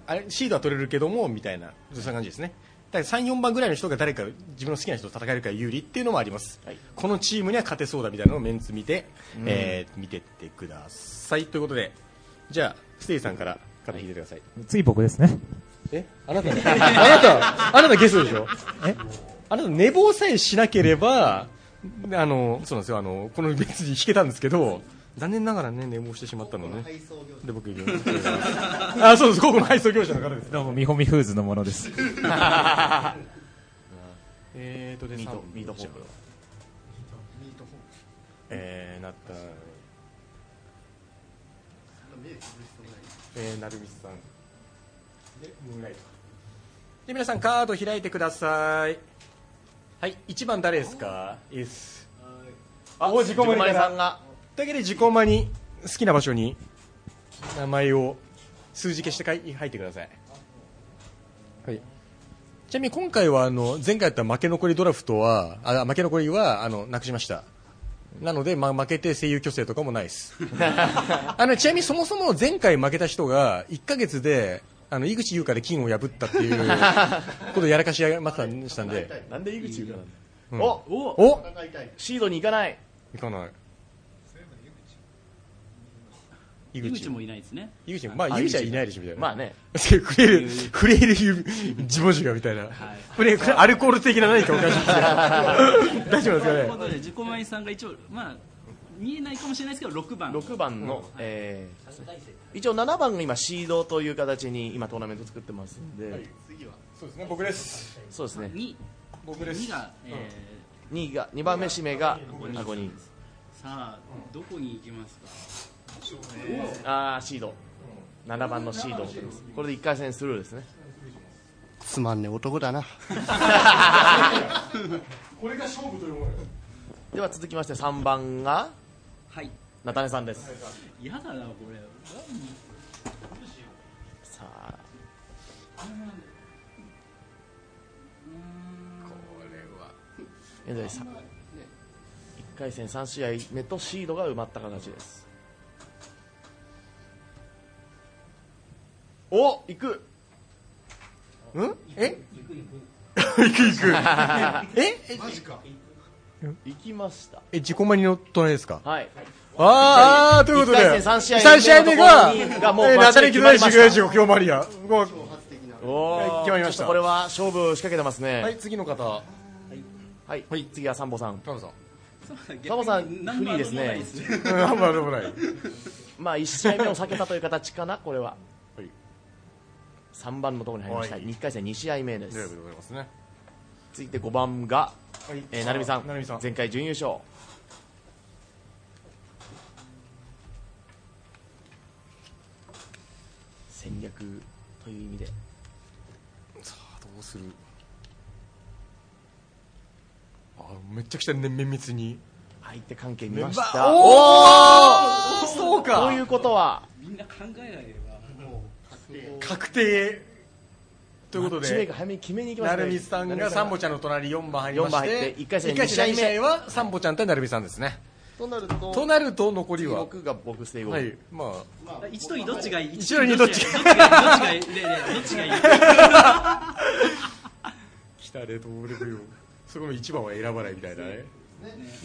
Speaker 1: あれシードは取れるけども、みたいな、そういう感じですね。だから3、4番ぐらいの人が誰か自分の好きな人と戦えるから有利っていうのもあります。
Speaker 3: はい
Speaker 1: このチームには勝てそうだみたいなのをメンツ見て、えー見てってください。ということで、じゃあ、ステイさんからカード引いてください。
Speaker 2: 次僕ですね。
Speaker 1: えあなた、あなた、あなたゲストでしょ
Speaker 2: え
Speaker 1: あなた寝坊さえしなければ、あの、そうなんですよ、あの、この別に引けたんですけど、残念ながらね、寝坊してしまったのね。
Speaker 7: 配送業者
Speaker 1: で僕行きます。あ、そうです。ここの配送業者の方です。
Speaker 2: どうも、みほみフーズのものです。
Speaker 1: えーとで
Speaker 3: ミート
Speaker 1: 三、
Speaker 3: ミートホープ。
Speaker 1: えー、なった。えー、なるみさん。で、ムーンライト。で、皆さんカード開いてください。はい、一番誰ですか。いいっす。
Speaker 3: あ、
Speaker 1: お自己満
Speaker 3: 満さんが。
Speaker 1: というわけで、自己間に好きな場所に。名前を。数字消してかい、入ってください。はい。ちなみに今回はあの前回やった負け残りドラフトはあ負け残りはあのなくしましたなので、まあ、負けて声優虚勢とかもないです あのちなみにそもそも前回負けた人が1ヶ月であの井口優香で金を破ったっていう ことをやらかしやましたんで
Speaker 3: なんで井口言うか
Speaker 1: う
Speaker 3: なんのおお
Speaker 1: お
Speaker 7: 戦いたい
Speaker 3: シードに行かない。
Speaker 1: 行かない井
Speaker 6: 井
Speaker 1: 口
Speaker 6: 口もいないですね
Speaker 1: 井口もまあ
Speaker 3: あ
Speaker 1: 井口はいないでしょみたいな
Speaker 3: まあね。
Speaker 1: フレイル、フレイル自文字がみたいな、これこれアルコール的な何かおかしいですよ大丈夫です
Speaker 6: と
Speaker 1: か
Speaker 6: いう
Speaker 1: ね
Speaker 6: ことで自己満さんが一応まあ見えないかもしれないですけど6番
Speaker 3: 6番の、えー一応7番が今シードという形に今トーナメント作ってますんで、
Speaker 1: そうですね僕です
Speaker 3: そうですね
Speaker 6: に
Speaker 1: 僕です
Speaker 6: 2が、え
Speaker 3: 2が2番目指名があ5
Speaker 6: ー、
Speaker 3: 人
Speaker 6: さあどこに行きますか
Speaker 3: あーシード7番のシードを取りますこれで1回戦スルーですね
Speaker 7: つまんねえ 男だな
Speaker 3: では続きまして3番が
Speaker 6: はい
Speaker 3: 菜種さんです
Speaker 6: 嫌だなこれ
Speaker 3: さあこれは現在さ1回戦3試合目とシードが埋まった形ですお行く
Speaker 1: うんえ行く行く。ええ
Speaker 3: 行きました
Speaker 1: え、自己マニの隣ですか
Speaker 3: はい
Speaker 1: あーあー、ということで。
Speaker 3: 一回戦三試合目
Speaker 1: 三試合目が、
Speaker 3: のところに
Speaker 1: え
Speaker 3: がもう
Speaker 1: ーナタリー・キドライシ
Speaker 3: 決
Speaker 1: グ
Speaker 3: ま
Speaker 1: レイ
Speaker 3: りました
Speaker 1: ジゴ、今日マリア。ご
Speaker 3: おー
Speaker 1: 決まりました
Speaker 3: ちょっとこれは勝負を仕掛けてますね
Speaker 1: はい、次の方。は
Speaker 3: はい、次はサンボさん
Speaker 1: カムさん。
Speaker 3: サボさんフリーですね
Speaker 1: うん、あんまでもない。
Speaker 3: まあ1試合目を避けたという形かなこれは、3番のところに入りました、
Speaker 1: はい
Speaker 3: 1回戦2試合目で
Speaker 1: ということ
Speaker 3: す
Speaker 1: でございますね。
Speaker 3: 続いて5番が、えー、成美さん
Speaker 1: 成美さん
Speaker 3: 前回準優勝戦略という意味で
Speaker 1: どうするあめちゃくちゃ綿密に
Speaker 3: 相手関係見ました
Speaker 1: おおそうか
Speaker 3: ということは
Speaker 6: みんな考えないればも
Speaker 1: 確定ということ
Speaker 3: マッチメイク
Speaker 1: で
Speaker 3: 早めに決めに行きま
Speaker 1: な
Speaker 3: したね
Speaker 1: るみさんがサンボちゃんの隣4番入りまして
Speaker 3: 四番入って一回戦
Speaker 1: 一回戦
Speaker 3: 二試合目
Speaker 1: 二試合はサンボちゃん対なるみさんですね
Speaker 3: となると
Speaker 1: となると残り
Speaker 3: 次
Speaker 1: は
Speaker 3: 僕が僕ステイゴー、
Speaker 1: はいま
Speaker 6: う一と二どっちがいい
Speaker 1: 一と二どっちが
Speaker 6: どっちがいいどっちがいいねえねえどっちがいい
Speaker 1: あ来たレトールブよそこの1番は選ばないみたいなね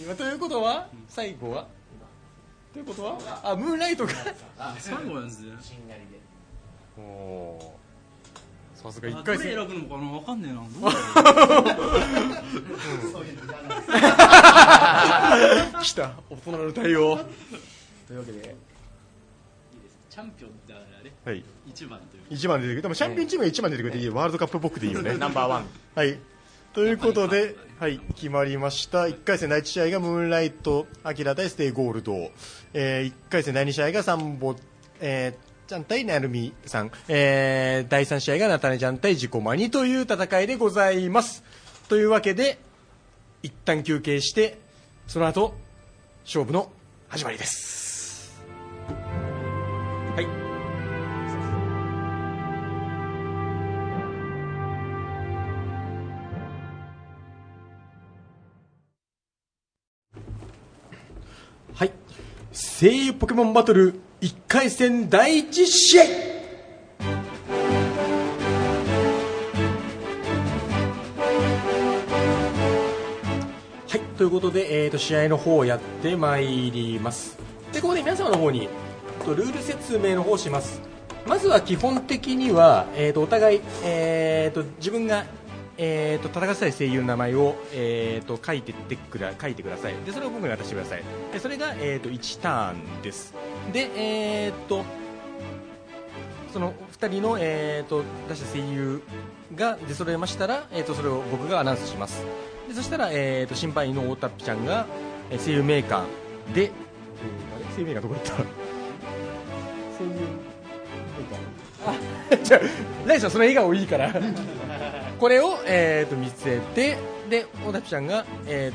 Speaker 1: 今ということは最後はということはあムーンライトが
Speaker 6: 最後なんですね
Speaker 1: おおさすが
Speaker 6: あ
Speaker 1: 1
Speaker 6: どれ
Speaker 1: 回
Speaker 6: 選
Speaker 1: 戦
Speaker 6: ぶのかなわかんねえなどうだろ
Speaker 1: 来た大人の対応
Speaker 3: というわけで
Speaker 6: ういいですチャンピオンだからね
Speaker 1: はい
Speaker 6: 一番という
Speaker 1: 1番出てくるでもチャンピオンチームが1番出てくるっていいワールドカップっぽくていいよね
Speaker 3: ナンバーワン
Speaker 1: はいということで、はい、決まりました1回戦第1試合がムーンライトアキラ対ステイゴールド、え1回戦第2試合がサンボ、えーちゃん対なるみさん、えー第3試合がナタネちゃん対ジコマニという戦いでございますというわけで一旦休憩してその後勝負の始まりですはいはい声優ポケモンバトル1回戦第1試合はいということで、えー、と試合の方をやってまいりますでここで皆様の方にとルール説明の方をしますまずは基本的には、えー、とお互い、えー、と自分が、えー、と戦わせたい声優の名前を、えー、と書いてってくだ書いてくださいでそれを僕に渡してくださいでそれが、えー、と1ターンですで、えー、とその2人の、えー、と出した声優が出揃えましたら、えー、とそれを僕がアナウンスしますでそしたら、えー、と審判員の太田っぴちゃんが、えー声優メーカーで、えーあれ声優メーカーどこ行った声優メーカーあ じゃあライスはその笑顔いいからこれを、えー、と見せてで太田っぴちゃんが、え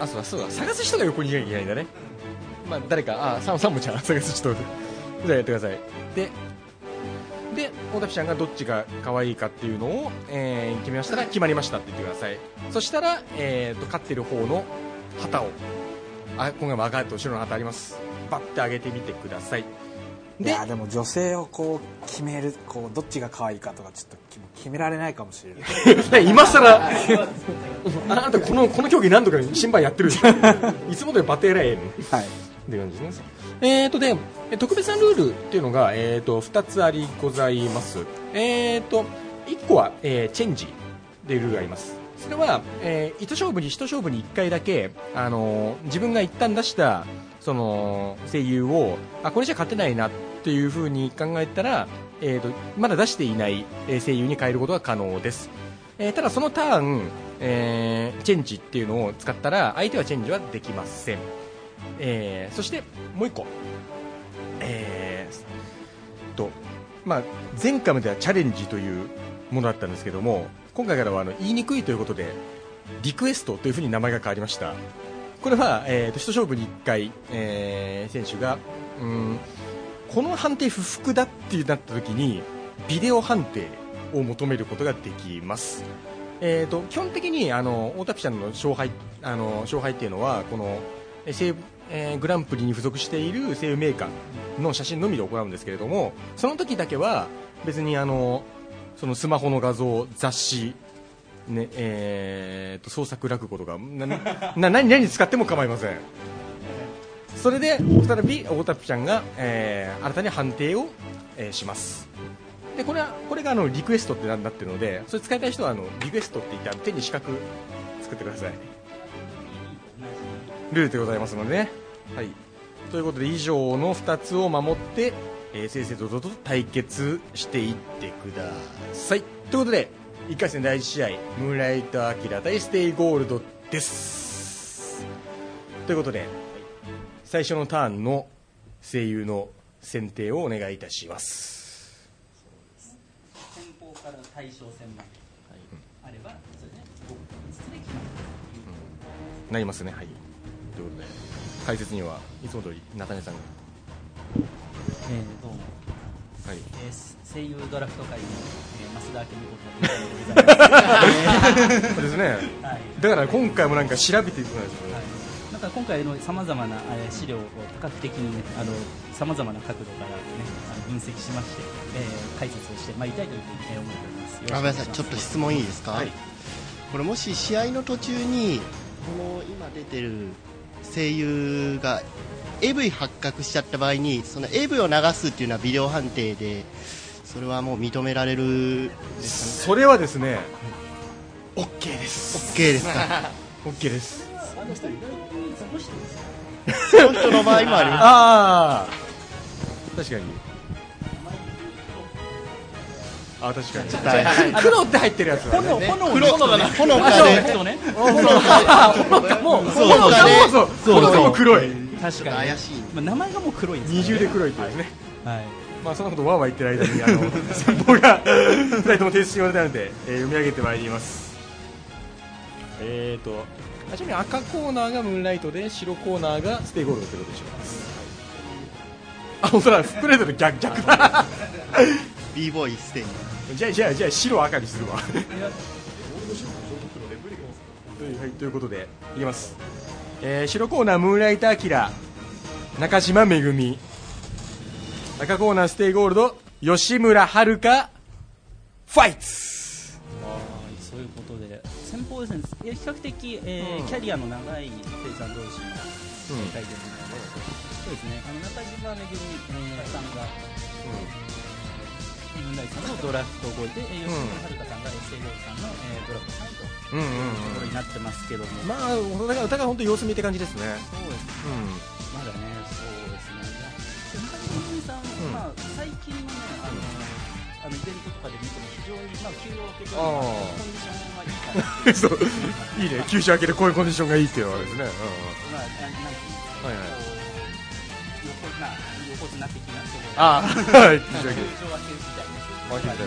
Speaker 1: ー、あそうだそうだ探す人が横にいなきゃいけないんだねまあ誰かあサンサンボちゃん探す人じゃあやってくださいでで大田ちゃんがどっちが可愛いかっていうのを、えー決めましたら決まりましたって言ってくださいそしたら、えー、と勝ってる方の旗をあ今回も赤と後ろの旗ありますバッて上げてみてください
Speaker 11: い
Speaker 1: で
Speaker 11: やでも女性をこう決めるこうどっちが可愛いかとかちょっと決め決められないかもしれない
Speaker 1: ね今さらあなたこのこの競技何度か審判やってるでしょ いつもとバテらええねん
Speaker 11: はい
Speaker 1: って感じですね。えー、とでえ特別なルールっていうのが、えー、と2つありございます、えー、と1個は、えーチェンジでルールがありますそれは、えー、一勝負に一勝負に1回だけ、あのー自分が一旦出したその声優をあこれじゃ勝てないなっていうふうに考えたら、えー、とまだ出していないえー声優に変えることが可能ですえーただそのターン、えーチェンジっていうのを使ったら相手はチェンジはできません、えーそしてもう一個、えーとまあ、前回まではチャレンジというものだったんですけども今回からはあの言いにくいということでリクエストというふうに名前が変わりましたこれは、えーと一勝負に1回、えー選手がうんこの判定不服だってなった時にビデオ判定を求めることができますえー、と基本的にあの大田ピちゃんの勝敗あの勝敗っていうのはこのえー西武、えーグランプリに付属している西武メーカーの写真のみで行うんですけれどもその時だけは別にあのそのスマホの画像雑誌ねえー、と創作落語とかなな何何使っても構いませんそれで再び大田ピちゃんが、えー新たに判定を、えーしますでこれはこれがあのリクエストってなってるのでそれ使いたい人はあのリクエストって言ってあの手に四角作ってくださいルールでございますのでね、はい、ということで以上の2つを守って、えー、正々堂々と対決していってくださいということで1回戦第1試合ムーンライトアキラ対ステイゴールドですということで最初のターンの声優の選定をお願いいたします
Speaker 4: 先方から対象戦まであれば、それね、5個ずつで決まるという
Speaker 1: なりますねはいということで解説にはいつも通り中根さんが
Speaker 4: えーどうも、
Speaker 1: はい
Speaker 4: えーす声優ドラフト会の、えー、増田明美こ とでございます。
Speaker 1: そうですね
Speaker 4: えーはい
Speaker 1: だから今回もなんか調べていくんですよね、
Speaker 4: はい、なんか今回のさまざまなえー資料を多角的にねさまざまな角度から、ね、あの分析しまして、えー解説をしてまいりたいというふうにえー思っておりますよろしく
Speaker 7: あごめ
Speaker 4: お願
Speaker 7: ん
Speaker 4: い
Speaker 7: なさい、
Speaker 4: します
Speaker 7: ちょっと質問いいですか、これもし試合の途中に、この今出てる声優が AV 発覚しちゃった場合に、その AV を流すっていうのはビデオ判定で、それはもう認められるです
Speaker 1: それはですね
Speaker 7: かね、OK です、OK ですか、
Speaker 1: OK です
Speaker 7: 本当の場合もありま
Speaker 1: ああ確かにあ確かに
Speaker 7: す、はい
Speaker 1: 黒って入ってるやつだね
Speaker 7: 黒がね、炎
Speaker 4: あ
Speaker 7: がね、
Speaker 4: そうね
Speaker 1: もう
Speaker 7: そう
Speaker 1: 炎が
Speaker 7: そう
Speaker 1: そう
Speaker 7: そ
Speaker 1: そ
Speaker 7: う
Speaker 1: う炎も黒い
Speaker 4: 確かに、
Speaker 7: 怪しい、
Speaker 4: まあ、名前がもう黒いですから
Speaker 1: 二
Speaker 4: ね
Speaker 1: 重で黒いっていうね
Speaker 4: はい
Speaker 1: まあそんなことわーわー言ってる間にあの 先方が2人とも提出してもらったので、えー読み上げてまいりますえーとちなみに赤コーナーがムーンライトで白コーナーがステイゴールドということでしょうあ本当だスプレートと逆逆だ
Speaker 7: b ボーイステージ、
Speaker 1: じゃあじゃあじゃあ白赤にするわはいはいということでいきます、えー白コーナームーンライトアキラ中島めぐみ赤コーナーステイゴールド吉村遥香ファイツ
Speaker 4: はいそういうことで先方ですねえー比較的、えーキャリアの長い生産同士の対決なので、そうですねあの中島めぐみ、えーさんが、えームーンライトさんのドラフト5位で、えー吉野遥さんが SLO さんの、えードラフト3位という
Speaker 1: うんうんうん
Speaker 4: ところになってますけども、ま
Speaker 1: まあお互いお互い本当様子見って感じですね
Speaker 4: そうですねまだねそうですね中島めぐみさん、
Speaker 1: ん
Speaker 4: まあ、最近のねあの、あのイベントとかで見ても非常に、まあ、休養明けという
Speaker 1: あー
Speaker 4: かコンデ
Speaker 1: うん そういい
Speaker 4: ィションがいいから
Speaker 1: ね九州明けでこういうコンディションがいいっていうのはですね、
Speaker 4: まあ、ななんていうんですか、
Speaker 1: はいはい
Speaker 4: こう横綱、横綱的なとこ
Speaker 1: ああ
Speaker 4: ろ
Speaker 1: はい 九州
Speaker 4: 球
Speaker 1: 明け
Speaker 4: 場分け
Speaker 1: あみ
Speaker 4: みたいな、
Speaker 1: たい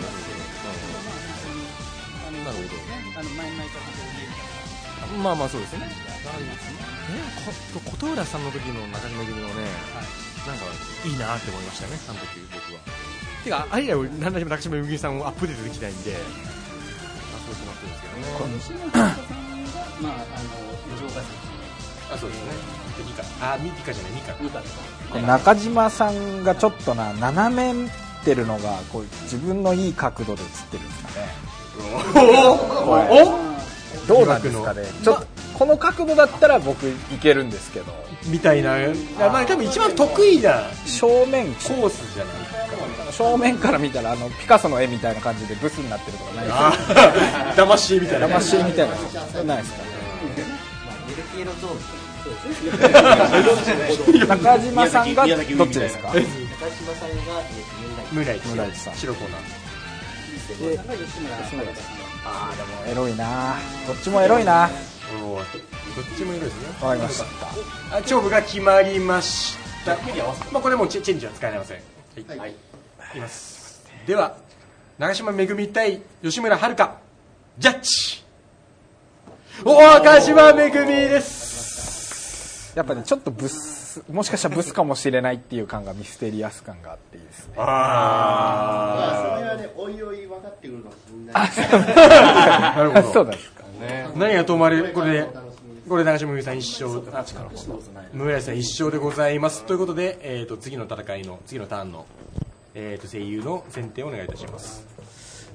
Speaker 1: な
Speaker 4: まあ、
Speaker 1: なるほど
Speaker 4: そうですね、あの前々からこう見えた
Speaker 1: うんまあまあそうですね
Speaker 4: 感じがありますね、
Speaker 1: こ琴浦さんの時の中島組のね、なんかいいなって思いましたね、あの時僕は。てか、あれ以来、何らでも中島組さんをアップデートできないんで、あそうしてもらってるんですけどね、
Speaker 4: 吉野さんが、まあ、あの上ヶ関
Speaker 1: あそうですね、ミカ、あミカじゃない、ミカ、
Speaker 4: に、三上
Speaker 11: この中島さんがちょっとな斜めってるのがこう自分のいい角度で映ってるんですかねおおどうなんですかねちょっとこの角度だったら僕いけるんですけど
Speaker 1: みたいな、あまあ多分一番得意な
Speaker 11: 正面
Speaker 1: コースじゃない
Speaker 11: 正面から見たらあのピカソの絵みたいな感じでブスになってるとかないですか
Speaker 1: か、騙しみたいな、
Speaker 11: 騙しみたいなそれないですかね中島さんがどっちですか
Speaker 1: ムーンライト、
Speaker 11: 村井さん
Speaker 1: 白コーナー、
Speaker 11: ああでもエロいなどっちもエロいな
Speaker 1: どっちもいるですね。
Speaker 11: わかりました
Speaker 1: あ勝負が決まりましたまあ、これもうチェチェンジは使えませんはい、はい、いますでは長島めぐみ対吉村遥 ジャッジおお長島めぐみです
Speaker 11: やっぱねちょっとブスもしかしたらブスかもしれないっていう感がミステリアス感があっていいですね
Speaker 7: まあ、それはね、おいおい分かってくるかもしれない。
Speaker 1: なるほど
Speaker 11: そうなんですか
Speaker 1: 何がともあれこれで
Speaker 7: お楽しみに
Speaker 1: これで長島みゆきさん一勝あ違うムーライさん一勝でございますということで、えー、と次の戦いの次のターンの、えー、と声優の選定をお願いいたします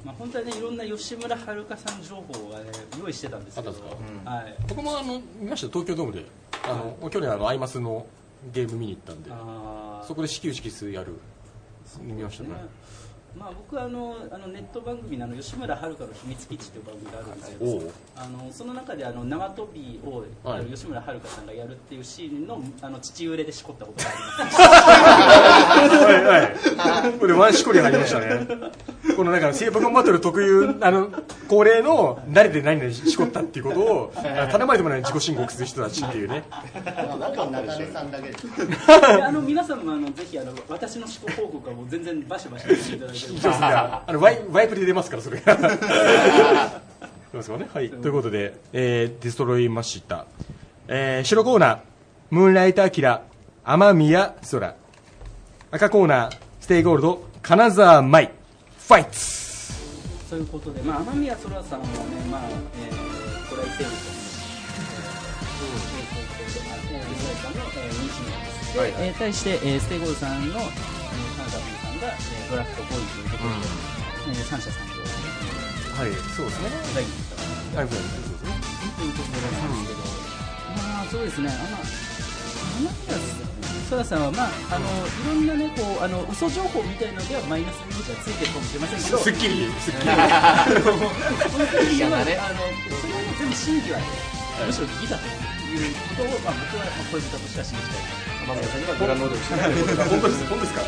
Speaker 4: まあ、本当はね、いろんな吉村遥さん情報がね、用意してたんですけど。
Speaker 1: あったんです
Speaker 4: はい。
Speaker 1: 僕もあの見ました東京ドームであの、去年あのアイマスのゲーム見に行ったんで
Speaker 4: あー
Speaker 1: そこで始球式数やる見ましたね
Speaker 4: ねまあ、僕はあのあのネット番組のあの吉村遥の秘密基地という番組があるんですけ
Speaker 1: お
Speaker 4: ど
Speaker 1: う
Speaker 4: あのその中であの縄跳びを、あ
Speaker 1: はい
Speaker 4: の吉村遥さんがやるっていうシーンのあの父腕でしこったことがあり ます
Speaker 1: はいはい。これ、ワンシコリ入りましたね。このなんか、西部軍バトル特有、あの、恒例の、誰で何々しこったっていうことを、頼まれてもない自己申告する人たちっていうね。
Speaker 7: なんか中根さんだけです。
Speaker 4: であの皆さんもあのぜひあの私の思考報告はもう全然バシバシしていただいて
Speaker 1: そう ですねあのワイワイプで出ますから、それ が。出ますからね。はい。ということで、えー、出揃いました。えー、白コーナー、ムーンライトアキラ、雨宮空。赤コーナー、ステイゴールド、金沢舞、ファイツ。
Speaker 4: ということで、まあ、雨宮そらさんもね、まあえー、ご来店というえー水谷さんの、えー、認知能ですで、えー対して、えーステイゴールさんの、えー、カンザビーさんが、えードラフト5位ということで、えー、三者三様で、
Speaker 1: はい、そうですね。
Speaker 4: えー、第二位と
Speaker 1: はい、そうですね。
Speaker 4: いうところなんですけど、まあそうですね、あまあ雨宮そらさんは、まあ、あのいろんな、ね、こうあの嘘情報みたいのではマイナスのイメージはついてるかもしれませんけど、
Speaker 1: すっきり、すっきり。
Speaker 4: いやまあね、あのそれは全部真偽はね、むしろ義だということを、まあ、僕は恋人としては信じたいな。天野さんにはグラノードルしてないで
Speaker 1: 本当です、本当ですか。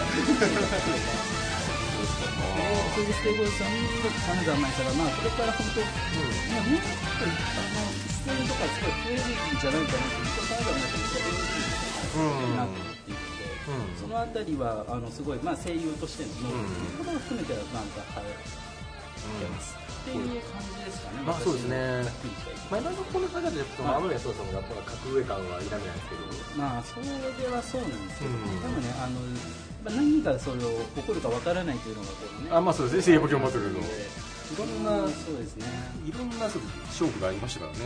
Speaker 4: それでステイゴールさんの金沢前から、まあ、これから本当、まあ、もうちょっと、あの、出演とかすごい増えるんじゃないかなと、一応金沢前から一応 MVP とかなっていって、そのあたりは、あの、すごい、まあ、声優としての能力っていうことも含めては、なんか、はい、ってます。っていう感じですかね。
Speaker 1: まあ、そうですね
Speaker 4: 私
Speaker 1: まあ、今
Speaker 4: の。
Speaker 1: のこの中で、その、アムネそうさんも、やっぱ、格上感は否めないです
Speaker 4: まあそれではそうなんですけど、
Speaker 1: うん
Speaker 4: でもねあの、まあ、何がそれを起こるかわからないというのがこう
Speaker 1: け
Speaker 4: ね
Speaker 1: ど。あ、まあ、そうですね、聖母教バトルの。い
Speaker 4: い
Speaker 1: ろ
Speaker 4: ろ
Speaker 1: ん
Speaker 4: ん
Speaker 1: な、
Speaker 4: ないそうですね
Speaker 1: ろんな、そう勝負がありましたからね。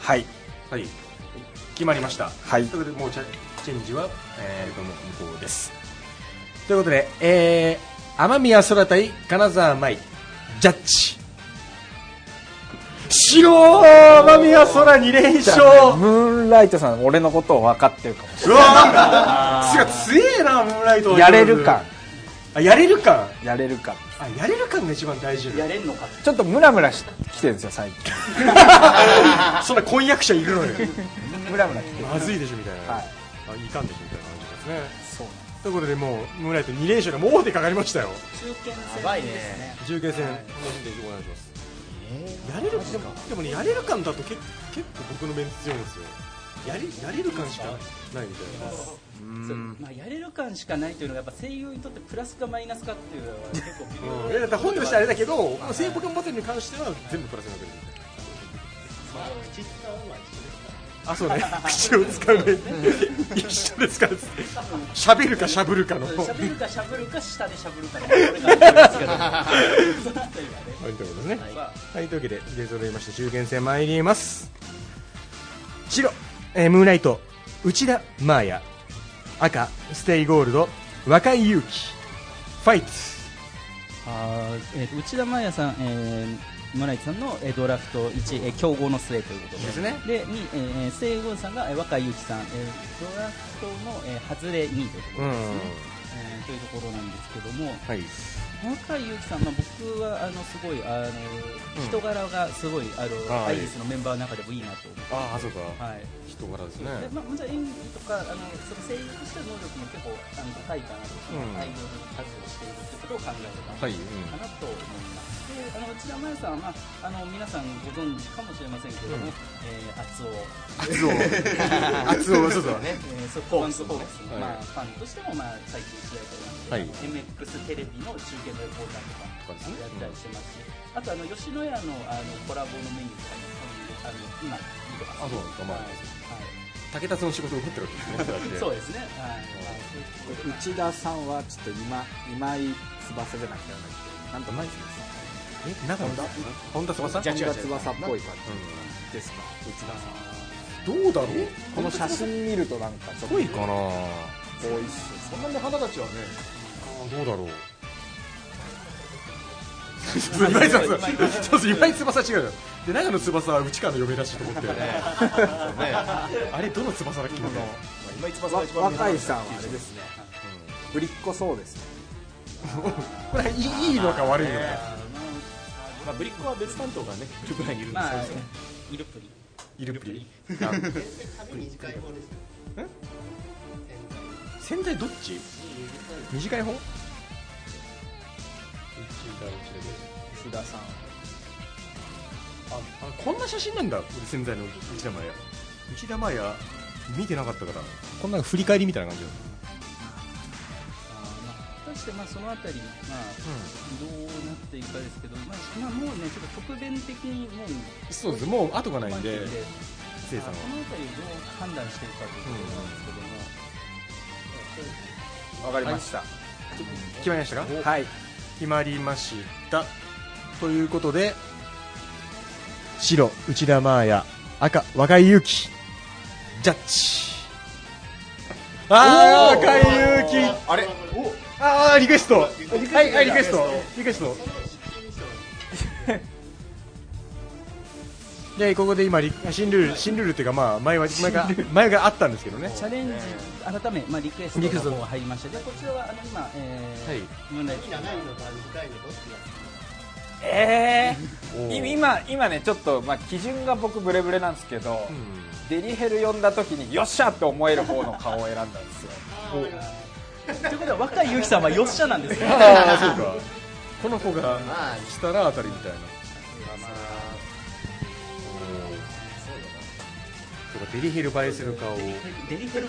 Speaker 11: はい
Speaker 1: はい。決まりました。
Speaker 11: はい
Speaker 1: ということで、もうチャ、チェンジは、えーと、もう向こうです。ということで、えー、雨宮空対金沢舞、ジャッジ。白雨宮空2連勝
Speaker 11: ムーンライトさん俺のことを分かってるかもし
Speaker 1: うわーつが強えなムーンライト
Speaker 11: れ
Speaker 1: は
Speaker 11: ないやれる感
Speaker 1: あやれる感
Speaker 11: やれる感
Speaker 1: あやれる感が一番大事
Speaker 4: やれんのか
Speaker 11: ちょっとムラムラしてきてるんですよ最近
Speaker 1: そんな婚約者いる のよ
Speaker 11: ムラムラきてる
Speaker 1: まずいでしょみたいな、
Speaker 11: はい
Speaker 1: あいかんでしょみたいな感じですね
Speaker 11: そうなんです
Speaker 1: ということでもうムーンライト2連勝でもう大手かかりましたよ
Speaker 4: 中堅戦ですね
Speaker 1: 中継戦楽しんでいお願いしますやれるでもでもねやれる感だとけ結構僕のメンツ強いんですよやれやれる感しかないみたいな
Speaker 4: そうまあ、やれる感しかないというのがやっぱ声優にとってプラスかマイナスかっていうのは結構
Speaker 1: うん
Speaker 4: 微
Speaker 1: いや
Speaker 4: 妙
Speaker 1: だから本人としてあれだけど、この聖ポケモンバトルに関しては全部プラスになってるあ、そうね。口を使うね。一緒ですから。喋るか喋るかの。
Speaker 4: しゃべるかしゃぶるか下でしゃぶるかのこれがありますけどそのあたりはね
Speaker 1: はい、ということですね。はい、というわけで、出揃いました中堅戦参ります。白、えームーンライト、内田マーヤ。赤、ステイゴールド、若井勇気。ファイツ。
Speaker 4: はい、えー、内田真也さん、えー、村井さんの、えー、ドラフト1、えー、競合の末ということで
Speaker 1: ですね
Speaker 4: で2、えーえー、西郷さんが、えー、若井由紀さん、えー、ドラフトの、えー、外れ2位というところですね、えーというところなんですけども
Speaker 1: はい。
Speaker 4: 若井由紀さん、まあ、僕はあのすごいあの人柄がすごいあの、
Speaker 1: あー
Speaker 4: アイリスのメンバーの中でもいいなと思っ
Speaker 1: ああ、そうか。
Speaker 4: て。はい
Speaker 1: 人柄です
Speaker 4: でまあ、もちろん演技とかあのその声優としての能力も結構あの高いかなと、その
Speaker 1: うん
Speaker 4: アイドル活動をしているということを考えてたんで
Speaker 1: はい。うん
Speaker 4: かなと思います。で、あの内田真礼さんは、まあ、あの皆さんご存知かもしれませんけれども、えー、厚尾、
Speaker 1: 熱を、熱を、そうそう。
Speaker 4: ね、えー、ソフトバンクホークスの、
Speaker 1: はい
Speaker 4: まあファンとしてもまあ最近知られておりまして、MX テレビの中継のレポーターとかあのやったりしてますし、あとあの吉野家のあのコラボのメニューとかにあの今見てます。
Speaker 1: あそうなんですかまあ
Speaker 4: はい。はい
Speaker 1: 竹達の仕事を奪ってるわけですねだって
Speaker 4: そうですね。はい。
Speaker 11: 内田さんはちょっと今今井翼じゃなくてなんだっけなんと前翼
Speaker 1: え中の本田翼
Speaker 11: 本田翼っぽい感じですか内田さん
Speaker 1: どうだろう
Speaker 11: この写真見るとなんかちょっと
Speaker 1: ぽいかな
Speaker 11: 多いっす
Speaker 3: そんなに花たちはね
Speaker 1: どうだろう 今井翼そうそう今井翼違うよで長野翼は内川の嫁らしいと思 ってあれどの翼だっけみたいな
Speaker 3: 今一番
Speaker 11: わ
Speaker 3: 最初
Speaker 11: 若いさんはあれですねぶりっ子そうですね
Speaker 1: これいいいいのか悪いのか
Speaker 3: まあ、ブリッコは別担当がねグループ内にいるんです
Speaker 4: ま
Speaker 3: けど
Speaker 4: あ、イルプリ。
Speaker 1: いるプリ
Speaker 7: 短い方です
Speaker 1: 洗剤どっち短い方
Speaker 11: 内田さん
Speaker 1: ああこんな写真なんだ俺洗剤の内田真也内田真也見てなかったからこんな振り返りみたいな感じだ
Speaker 4: あーまあ果たしてまあそのあたり、まあ、どうなっていくかですけど、まあ、まあもうね、ちょっと特弁的にもう、
Speaker 1: そうですもう後がないんで
Speaker 4: そ
Speaker 1: せい
Speaker 4: の
Speaker 1: さん
Speaker 4: あ
Speaker 1: は
Speaker 4: たりをどう判断していくかということなんですけども、
Speaker 11: わかりました
Speaker 1: 決まりましたか
Speaker 11: はい
Speaker 1: 決まりましたということで白内田真也赤若井祐希ジャッジあー若井祐希
Speaker 3: あれ
Speaker 1: ああリクエストはいはいリクエストリ クエストでここで今リ新ルール新ルールっていうかまあ前は前が前があったんですけどね
Speaker 4: チャレンジ、改め、まあ、リクエス
Speaker 1: リクエスト
Speaker 4: トの方が入りました、でこちらはあの今、えー
Speaker 1: はい
Speaker 4: ムーンライト
Speaker 7: 長いのと短いのどっちが
Speaker 11: え
Speaker 1: お
Speaker 11: え
Speaker 1: ー
Speaker 11: 今今ねちょっとまあ基準が僕ブレブレなんですけど
Speaker 1: うん
Speaker 11: デリヘル呼んだ時によっしゃって思える方の顔を選んだんですよ
Speaker 4: ということは、若いゆきさんはよっしゃなん ですね。
Speaker 1: ああそうかこの子が来たら当たりみたいなおーそうかデリヘル映えする顔
Speaker 4: デリヘル映え、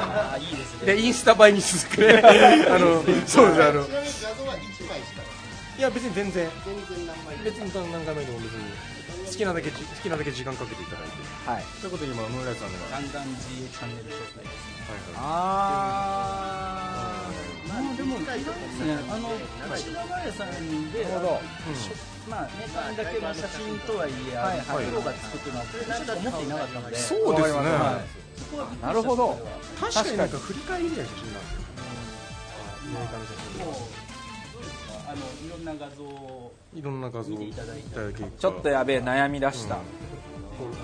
Speaker 4: ああ、いいですね。
Speaker 1: でインスタ映えにするね あのそうですあの
Speaker 7: ちなみに画像は1枚しか
Speaker 1: いや別に全然
Speaker 7: 全然何枚
Speaker 1: 別に何回目でも別に好きなだけじ好きなだけ時間かけていただいて
Speaker 11: はい
Speaker 1: ということで今ムーンライトさんが
Speaker 4: ガンガン GA チャンネル紹介ですね。
Speaker 1: は
Speaker 11: あ
Speaker 4: まあでも意外ですね。あの内田真礼さんで、
Speaker 11: なるほど
Speaker 4: しょまあね、あれだけの写真とはいえ、あのプロが作ってるのは、これちょっと思っていなかったので、
Speaker 1: いそうですね
Speaker 11: あなるほど
Speaker 1: 確かになんか振り返りみたいな写真なんですよ
Speaker 4: あのいろんな画像を
Speaker 1: いろんな画像を
Speaker 4: 見ていただいた
Speaker 1: いただけ
Speaker 11: ちょっと
Speaker 1: こ
Speaker 11: やべえ悩み出した
Speaker 1: う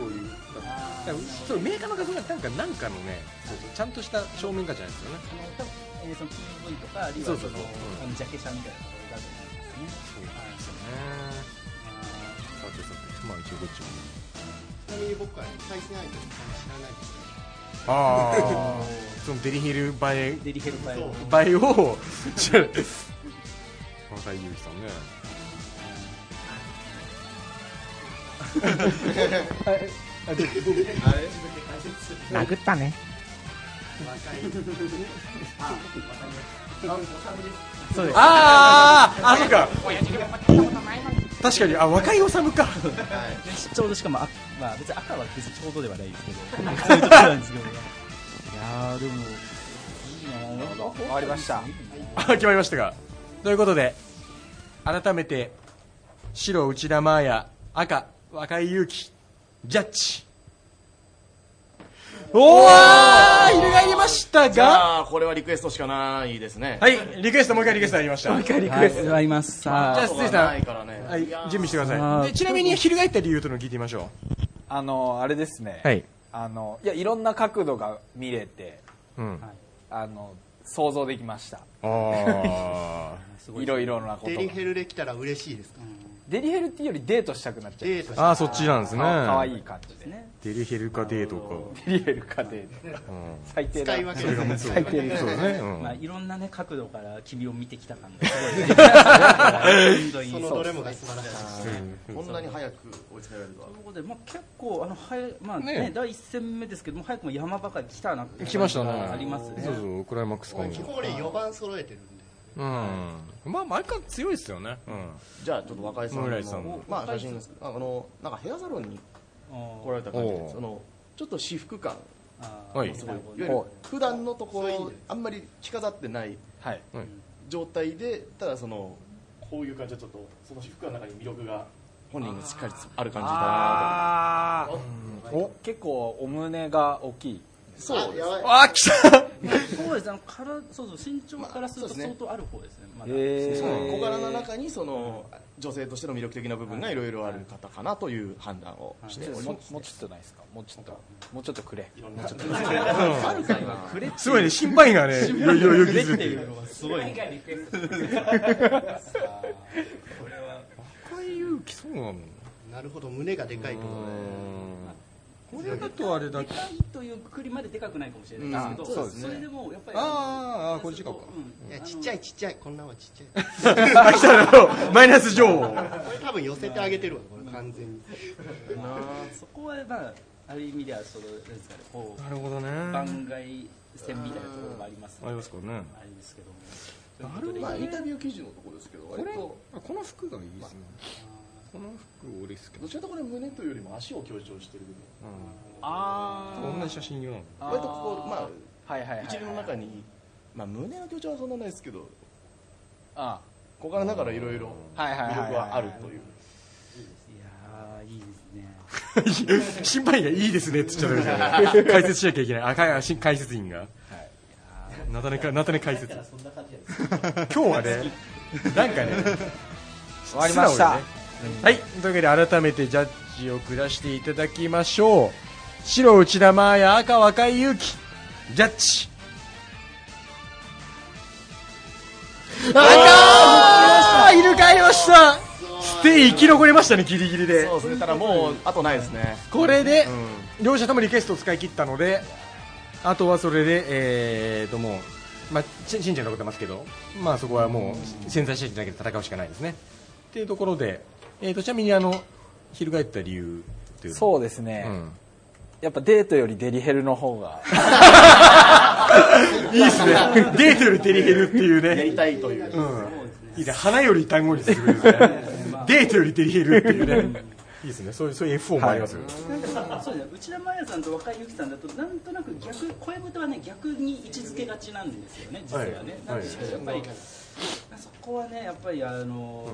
Speaker 1: こういうだからそうメーカーの画像がなんかなんかのねそうそうちゃんとした正面画じゃないですよね
Speaker 4: あの多分えーその PV とか、あるいは
Speaker 1: そ
Speaker 4: そ
Speaker 1: そうそ
Speaker 4: うの
Speaker 1: ううん
Speaker 4: あのジャケ写みたいなところがあると思いますね。
Speaker 1: さてさてまあ一応こっちも
Speaker 7: ちなみに僕は対戦相手の顔知らないです
Speaker 1: ああ そのデリヘル映え
Speaker 4: デリヘル映えを。
Speaker 1: 映えをじゃあ若井ゆうきさんね
Speaker 11: 殴ったね
Speaker 1: あああそうか確かにあ若いおさむか
Speaker 4: ちょうどしかも、あまあ別に赤は別にちょうどではないですけど、そういうところなんですけどね。いやーでも、いいなーなんか
Speaker 11: 終わりました
Speaker 1: あ決まりましたかということで改めて白内田真也赤若井勇気ジャッジおお翻りました
Speaker 3: じ
Speaker 1: が
Speaker 3: ゃあこれはリクエストしかないですね
Speaker 1: はいリクエストもう一回リクエストありましたじ
Speaker 4: リクエストがいます。
Speaker 1: ゃあ筒
Speaker 4: さ
Speaker 3: そう
Speaker 1: 井
Speaker 3: が
Speaker 1: さ
Speaker 3: ないからね
Speaker 1: ん、はい、準備してくだ
Speaker 4: あ
Speaker 1: さい
Speaker 4: ー
Speaker 1: でちなみに翻った理由というのを聞いてみましょ
Speaker 11: あのあれですね
Speaker 1: うはい、
Speaker 11: あのいやいろんな角度が見れて
Speaker 1: うん、
Speaker 11: あの想像できました
Speaker 1: あ
Speaker 11: いろいろなこと
Speaker 7: デ
Speaker 11: が
Speaker 7: リヘルできたら嬉しいですか
Speaker 11: デリヘルっていうよりデートしたくなっちゃう
Speaker 7: デートし
Speaker 1: あーそっちなんです
Speaker 11: か
Speaker 1: ね
Speaker 11: わいい感じでね
Speaker 1: デリヘルかデート
Speaker 11: デリヘルかデート
Speaker 1: か、うん、
Speaker 11: 最低だ
Speaker 7: 使い分ける
Speaker 1: そう
Speaker 11: 最低です
Speaker 1: そうだね、う
Speaker 4: あ、
Speaker 1: ん
Speaker 4: まあいろんなね角度から君を見てきた感がす ごいね。
Speaker 7: そのどれもが素晴らしい
Speaker 3: こんなに早く追い詰められるとは
Speaker 4: ということで、まあ、結構あの、はいまあね
Speaker 1: ね
Speaker 4: 第一戦目ですけども早くも山ばかり来たなっていう
Speaker 1: 来ましたね
Speaker 4: 感じがありますね
Speaker 1: そうそうクライマックスかも
Speaker 7: 基本俺4番揃えてるんで
Speaker 1: うんまあ毎回強いですよね、うん、
Speaker 3: じゃあちょっと若井さん
Speaker 1: 村井さん
Speaker 3: のまあ写真ですあのなんかヘアサロンに
Speaker 4: あー
Speaker 3: 来られた感じ
Speaker 1: おう
Speaker 3: でそのちょっと私服感
Speaker 1: はい
Speaker 3: すごいいわゆる普段のところあんまり着飾ってない
Speaker 11: はい
Speaker 1: はい
Speaker 3: 状態でただそのこういう感じはちょっとその服の中に魅力が本人がしっかりある感じだな
Speaker 11: あーお結構お胸が大きい
Speaker 3: とそうです
Speaker 1: あ、来た
Speaker 4: そうですねあのからそうそう身長からする
Speaker 3: まあそうで
Speaker 4: と
Speaker 3: すね
Speaker 4: 相当ある方ですねまだ
Speaker 11: へ
Speaker 3: 小柄な中にその女性としての魅力的な部分がいろいろある方かなという判断をしており
Speaker 11: も
Speaker 3: ます。
Speaker 11: もうちょっとないですかもうちょっともうちょっとくれ
Speaker 3: あるかな
Speaker 1: すごいね、心配がね、いろいろよぎずれてる。
Speaker 4: すごい
Speaker 1: こういう気そうなの
Speaker 7: なるほど胸がでかいと
Speaker 1: こ
Speaker 7: こ
Speaker 1: れだとあれだ
Speaker 4: で
Speaker 1: け
Speaker 4: かいというくくりまででかくないかもしれないですけど、それでもやっぱり
Speaker 1: あーあー
Speaker 4: の
Speaker 1: これ違うか
Speaker 4: うん
Speaker 7: いやちっちゃいちっちゃいこんなんはちっちゃい
Speaker 1: マイナス情報。
Speaker 7: これ多分寄せてあげてるわこれ完全に
Speaker 4: そこはまあある意味ではそのなんですかねこ
Speaker 1: なるほどね。
Speaker 4: う番外線みたいなところもあります
Speaker 1: ありますかね。
Speaker 4: あれですけども
Speaker 1: なるほどね
Speaker 3: まあインタビュー記事のところですけど、割と
Speaker 1: あこの服がいいですね。この服俺好き
Speaker 3: どちらかというと胸というよりも足を強調している部分。
Speaker 4: あ
Speaker 1: うん。同じ写真用なの。
Speaker 3: 割とここまあ
Speaker 11: あはいはいはい、はい、
Speaker 3: 一流の中にまあ胸の強調はそんなないですけど、
Speaker 11: あ
Speaker 3: 小柄ながらいろいろ
Speaker 11: あはいはい
Speaker 3: 魅
Speaker 11: はい
Speaker 3: 力
Speaker 11: はい
Speaker 3: はあるという。
Speaker 4: いやーいいです ね
Speaker 1: 心配がいいですねって言っちゃった 解説しなきゃいけない。あ、かし解説員が。なたねか、なたね解説。今日はね、なんかね、
Speaker 11: 終わりまし
Speaker 1: は
Speaker 11: た、
Speaker 1: い、というわけで改めてジャッジを下していただきましょう白内田真や赤若井勇気ジャッジ赤入れ替えましたステイ生き残りましたねギリギリで
Speaker 3: そうですね。ただもうあとないですね。
Speaker 1: これで、両者ともリクエストを使い切ったのであとはそれでえーともうまあし信者残ってますけどまあそこはもう潜在支援だけで戦うしかないですねっていうところでえーとちなみにあの翻った理由っていうの
Speaker 11: そうですね、
Speaker 1: うん
Speaker 11: やっぱデートよりデリヘルの方が
Speaker 1: いいですねデートよりデリヘルっていう
Speaker 3: やり
Speaker 1: ね
Speaker 3: たいという。
Speaker 1: うんいいね花より単語にする ですねデートよりデリヘルっていうねいいですねそういうそういう F4 もありますよ、
Speaker 4: なんかそうですね内田真礼さんと若井由紀さんだとなんとなく逆声元はね逆に位置づけがちなんですよね実はね、
Speaker 1: はい
Speaker 4: なんですけどやっぱり、そこはねやっぱりあの、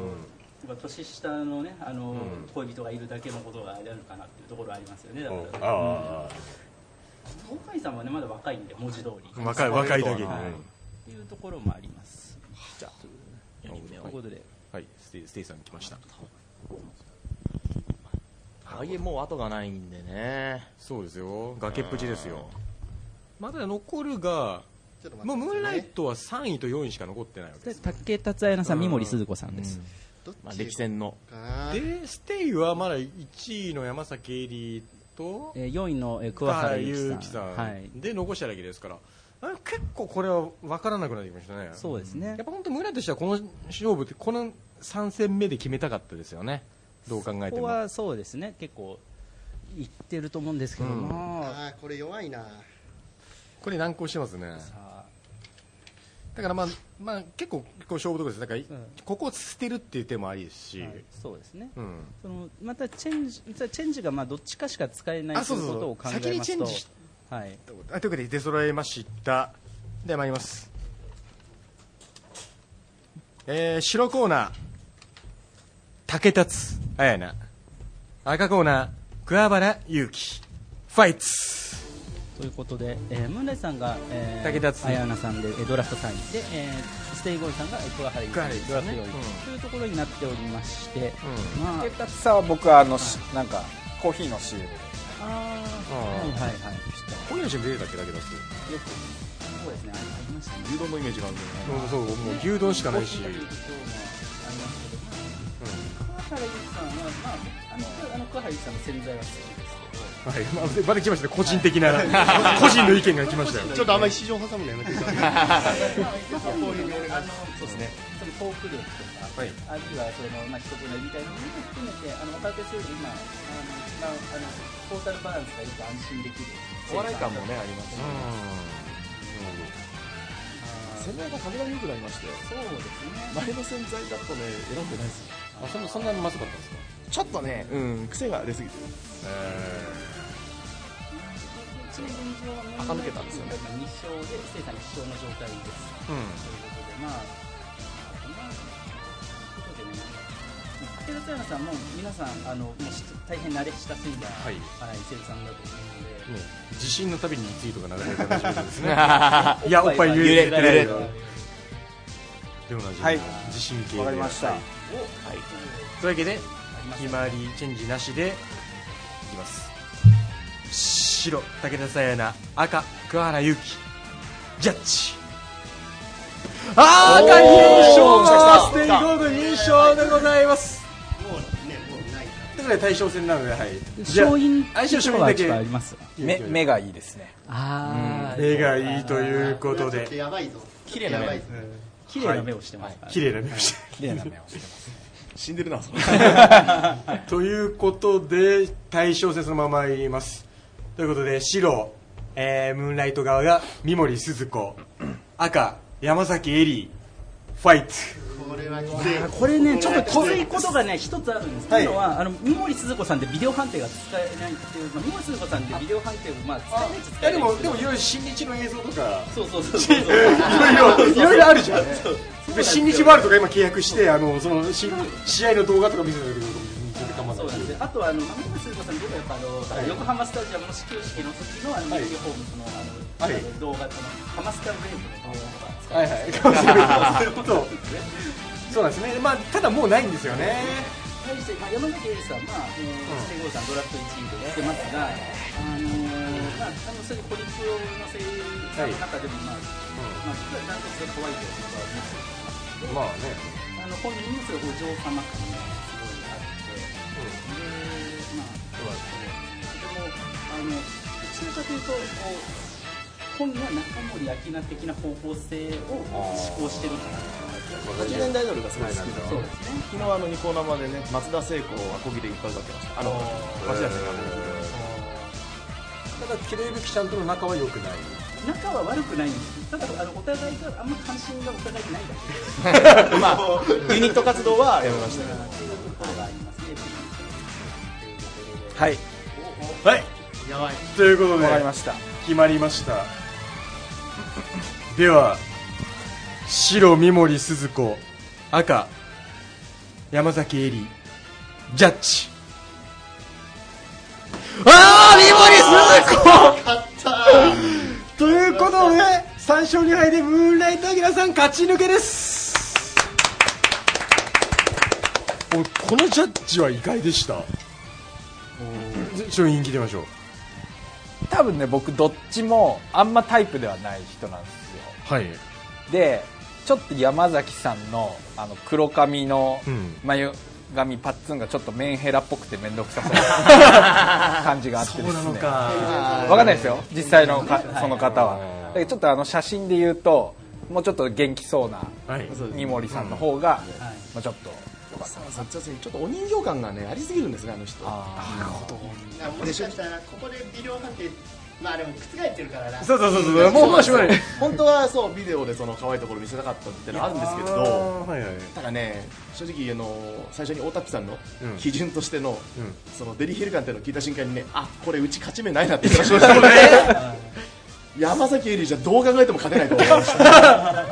Speaker 4: やっぱ年下のねあの、恋人がいるだけのことがあれなのかなっていうところはありますよね
Speaker 1: う
Speaker 4: だか
Speaker 1: ん
Speaker 4: ら
Speaker 1: あ
Speaker 4: 若井さんはねまだ若いんで文字通り
Speaker 1: あ若い若いだけに、
Speaker 4: はいっていうところもありますじゃあということで
Speaker 1: はい、ステイステイさん来ました。
Speaker 3: あいえもう後がないんでね。
Speaker 1: そうですよ、崖っぷちですよ。まだ残るが、
Speaker 7: ちょっと待って
Speaker 1: もうムーンライトは3位と4位しか残ってないわけです。
Speaker 4: 竹達也さん三森鈴子さんです、
Speaker 7: どっ
Speaker 3: まあ
Speaker 7: ち
Speaker 3: 歴戦の
Speaker 7: かな
Speaker 1: で、ステイはまだ1位の山崎エリと、
Speaker 4: えー、4位の、えー、桑
Speaker 1: 桑
Speaker 4: 原
Speaker 1: 原
Speaker 4: 由
Speaker 1: 祐樹
Speaker 4: 紀さ
Speaker 1: さ
Speaker 4: ん
Speaker 1: ん、
Speaker 4: はい、
Speaker 1: で残しただけですから、あ結構これは分からなくなってきましたね。
Speaker 4: そうですね
Speaker 1: やっぱ本当、ムーンライトとしてはこの勝負って、この3戦目で決めたかったですよね。どう考え
Speaker 4: こ
Speaker 1: て
Speaker 4: こ
Speaker 1: も。
Speaker 4: はそうですね結構いってると思うんですけど
Speaker 1: うん
Speaker 4: まあ
Speaker 7: あーこれ弱いな
Speaker 1: これ難航してますね。
Speaker 4: さあ
Speaker 1: だからまあ、まあ結構、結構勝負どころです。だから、
Speaker 4: ん
Speaker 1: ここを捨てるっていう手もありですし、
Speaker 4: はいそうですね
Speaker 1: うん。
Speaker 4: そのまたチェンジ実はチェンジがまあどっちかしか使えない
Speaker 1: あ
Speaker 4: と
Speaker 1: そう
Speaker 4: い
Speaker 1: そううそう
Speaker 4: ことを考えますと
Speaker 1: 先にチェンジし
Speaker 4: はい
Speaker 1: はい、というわけで出揃えましたでは参ります、えー、白コーナー竹達綾菜赤コーナー桑原祐希ファイツ
Speaker 4: ということで、えー、ムーンライトさんが、えー、
Speaker 1: 武田津
Speaker 4: 綾菜さんで、えー、ドラフト3位で、えー、ステイゴールさんが、えー、桑原由紀さんでド
Speaker 1: 桑
Speaker 4: ラ
Speaker 1: 原
Speaker 4: フ
Speaker 1: 由紀ですね
Speaker 4: ト4位、というところになっておりまして、まあ
Speaker 11: 竹達さんは僕はあのしなんかコーヒーの CM
Speaker 4: あー
Speaker 1: あー
Speaker 4: はいはいはい
Speaker 1: こういうのしか出てたっけだけどす
Speaker 4: よくそうですねありましたね
Speaker 3: 牛丼のイメージがあるんだよね。
Speaker 1: そうもう牛丼しかないし
Speaker 4: コーヒーの状況もありますけどまあ桑原由紀さんは、まあ、あの僕はあの桑原由紀さんの潜在は好きですけ
Speaker 1: はい、まあ、まだ来ましたね個人的な 個人の意見が来ましたよ
Speaker 7: ちょっとあんまり市場挟むのやめてください
Speaker 4: ど、まあ、こういうあのそうですねそのトーク力とか、
Speaker 1: はい
Speaker 4: あるいはその、まあ、人となりみたいなものも含めてあの若手より今あの一番あのトータルバランスがよく安心できる
Speaker 3: お笑い感もねありますし。
Speaker 4: あー
Speaker 3: 洗剤が壁が良くなりまして。
Speaker 4: そうですね
Speaker 3: 前の洗剤だとね選んでないですよ。
Speaker 1: あそんそんなにまずかったんですか
Speaker 3: ちょっとね、うん癖が出すぎてる。
Speaker 1: え
Speaker 4: 一シーズン上の
Speaker 3: 垢抜けたんですよね
Speaker 4: 2勝でステイさん1勝の状態です、
Speaker 3: うん
Speaker 4: ということでまあそんなことでね武田津山さんも皆さんあのもうし大変慣れ親しんだ、
Speaker 1: はい
Speaker 4: 荒井伊勢さんだと思うので、。
Speaker 1: もう地震のたびにリツイートが流れるから大丈夫ですね いや、おっぱい揺れて
Speaker 4: 揺れ
Speaker 1: る。
Speaker 4: て
Speaker 1: で
Speaker 4: る
Speaker 1: も同じよう
Speaker 11: はい
Speaker 1: な地震系で。
Speaker 11: わかりました
Speaker 1: はいというわけで、決まりチェンジなしで、いきます。白、武田沙耶な、赤、桑原祐希、ジャッジ。あー、大優勝がステイゴールド優勝でございます。もうね、もうない。だから対象戦なので、はい。じゃあ
Speaker 4: 勝因
Speaker 1: 相性勝因
Speaker 4: は
Speaker 1: だ
Speaker 4: ちょっとあ
Speaker 1: け
Speaker 4: り。ます
Speaker 11: 目目がいいですね
Speaker 4: ああ、
Speaker 1: 目がいいというこ
Speaker 7: ちょ
Speaker 1: と
Speaker 7: っと
Speaker 1: で、
Speaker 7: やばいぞ。
Speaker 4: 綺麗な
Speaker 7: やば
Speaker 4: 目
Speaker 7: いぞ。
Speaker 4: 綺麗な目をしてますから、
Speaker 1: 綺麗な目をして
Speaker 11: 綺麗な目をして
Speaker 3: 死んでるなそれ
Speaker 1: ということで、対象戦そのままいります。ということで、白、えームーンライト側が三森すず子、赤、山崎エリー、ファイト。
Speaker 7: これはきつい。
Speaker 4: これね、ちょっときついことがね、一つあるんです。というのは、あの、三森鈴子さんでビデオ判定が使えないっていう、まあ、三森鈴子さんでビデオ判定を、まあ、使えないっちゃ使えないんですけど。
Speaker 1: いろいろ新日の映像とか、
Speaker 4: そうそうそうそう。い
Speaker 1: いろいろいろいろあるじゃん。
Speaker 4: そう
Speaker 1: で新日ワールドが今契約して、あのそのし試合の動画とか見せてるけど、ちょっと構わ
Speaker 4: そうな
Speaker 1: ない
Speaker 4: んですよあとはあの、まあ、三森鈴子さんといえばやっぱあの、横浜スタジアムの始球式の時のあの、
Speaker 1: はい
Speaker 4: ユニフォームとのあ
Speaker 1: は
Speaker 4: の、
Speaker 1: い
Speaker 4: 動画とのハマスタウェーブの動画が使え
Speaker 1: はいはい、かもしれないですそうそうなんですね、まあ、ただもうないんですよね、
Speaker 4: 対して、まあ、山崎エリさんは、まあ、ステゴーさんドラフト1位でしてますが、あのー、まあ、あの、それに孤立用の声優さんの中でも、まあ、まあ、実はダントツで可愛いというのはありますよ
Speaker 1: まあね、
Speaker 4: あの本人にもすごいお嬢様感がすごいあって、で、まあ、そうはすごい。でも、あの、どちらかというと、こう、本人は中森明菜的な方向性を志向してるかな
Speaker 3: 80年代アイドルがすごい好きな
Speaker 4: そうですね。
Speaker 3: 昨日あのニコ生でね松田聖子をアコギでいっぱい歌ってましたあの松田聖子
Speaker 1: ただ、キレイブキちゃんとの仲は良くない、
Speaker 4: 仲は悪くないんですただあのお互いがあんま関心がお互いにないだけ
Speaker 3: まあユニット活動はやめましたけど
Speaker 4: っていうところがありますね
Speaker 11: はい
Speaker 1: はい、
Speaker 7: やばい。
Speaker 1: ということで
Speaker 11: わかりました
Speaker 1: 決まりましたでは白三森すず子赤山崎エリジャッジああ三森すず子
Speaker 7: 勝った
Speaker 1: ということで3勝2敗でムーンライトアキラさん勝ち抜けですおこのジャッジは意外でしたちょっと聞いてみましょう
Speaker 11: 多分ね僕どっちもあんまタイプではない人なんですよ
Speaker 1: はい
Speaker 11: でちょっと山崎さんのあの黒髪の
Speaker 1: うん
Speaker 11: 眉髪パッツンがちょっとメンヘラっぽくて面倒くさそう な感じがあってですねわかんないですよ実際のかその方はだけどちょっとあの写真で言うともうちょっと元気そうな
Speaker 1: はい
Speaker 11: 三森さんの方が、まあ、ちょっと
Speaker 3: 松田聖子ちょっとお人形感がねありすぎるんですねあの人
Speaker 7: あもしかしたら、ここで微量判定、まあでも覆ってるからな。
Speaker 1: そうそうそうそうもうまあしょうがない
Speaker 3: 本当はそうビデオでその可愛いところ見せたかったってのはあるんですけど
Speaker 1: はいはい
Speaker 3: ただね正直あの最初に大田区さんの
Speaker 1: うん
Speaker 3: 基準としての、
Speaker 1: ん
Speaker 3: そのデリヘル感っていうのを聞いた瞬間にねあこれうち勝ち目ないなって気がしましたね 山崎エリーじゃどう考えても勝てないと思いました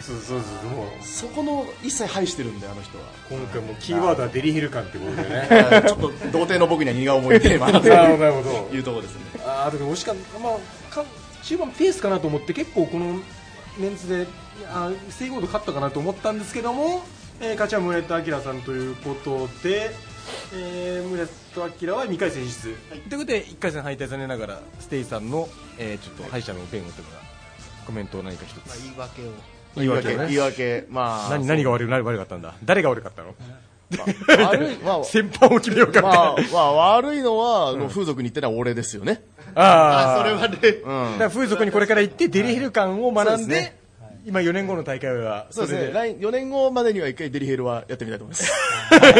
Speaker 1: そうそうそうもう
Speaker 3: そこの一切排してるんであの人は
Speaker 1: 今回もうキーワードはデリヘル感ってことでね
Speaker 3: ちょっと童貞の僕には荷が重いテーマっ て
Speaker 1: なるほどなるほど
Speaker 3: いうところですね
Speaker 1: ああでも惜しかった、まあ、か中盤ペースかなと思って結構このメンツであーセイゴールド勝ったかなと思ったんですけども、えー、勝ちは村田明さんということで、えー、村田明は2回戦進出、ということで1回戦敗退されながらステイさんの、えー、ちょっと敗者の弁護というかコメントを何か一
Speaker 7: まあ
Speaker 1: つ
Speaker 7: 言い訳を。
Speaker 1: 言い訳をね
Speaker 3: 言い訳まあ
Speaker 1: 何何が悪い何が悪かったんだ誰が悪かったの
Speaker 3: 悪いまあ
Speaker 1: 先般を決めようかって、
Speaker 3: ま あ、まあ、悪いのは、あの風俗に行ってのは俺ですよね。
Speaker 1: あー
Speaker 7: あ、それはね。
Speaker 1: だから風俗にこれから行ってデリヘル感を学
Speaker 3: そ
Speaker 1: ん
Speaker 3: う
Speaker 1: で、
Speaker 3: ですね
Speaker 1: 今4年後の大会は
Speaker 3: そうですね。
Speaker 1: れ
Speaker 3: 来4年後までには一回デリヘルはやってみたいと思い ます。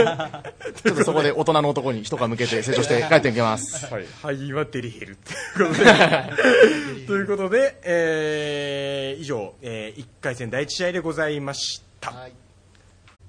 Speaker 3: ちょっとそこで大人の男に一皮向けて成長して帰っていきます。
Speaker 1: はい、はい、はデリヘルっていうこと で。ということで、えー以上、え1回戦第1試合でございました。
Speaker 7: はい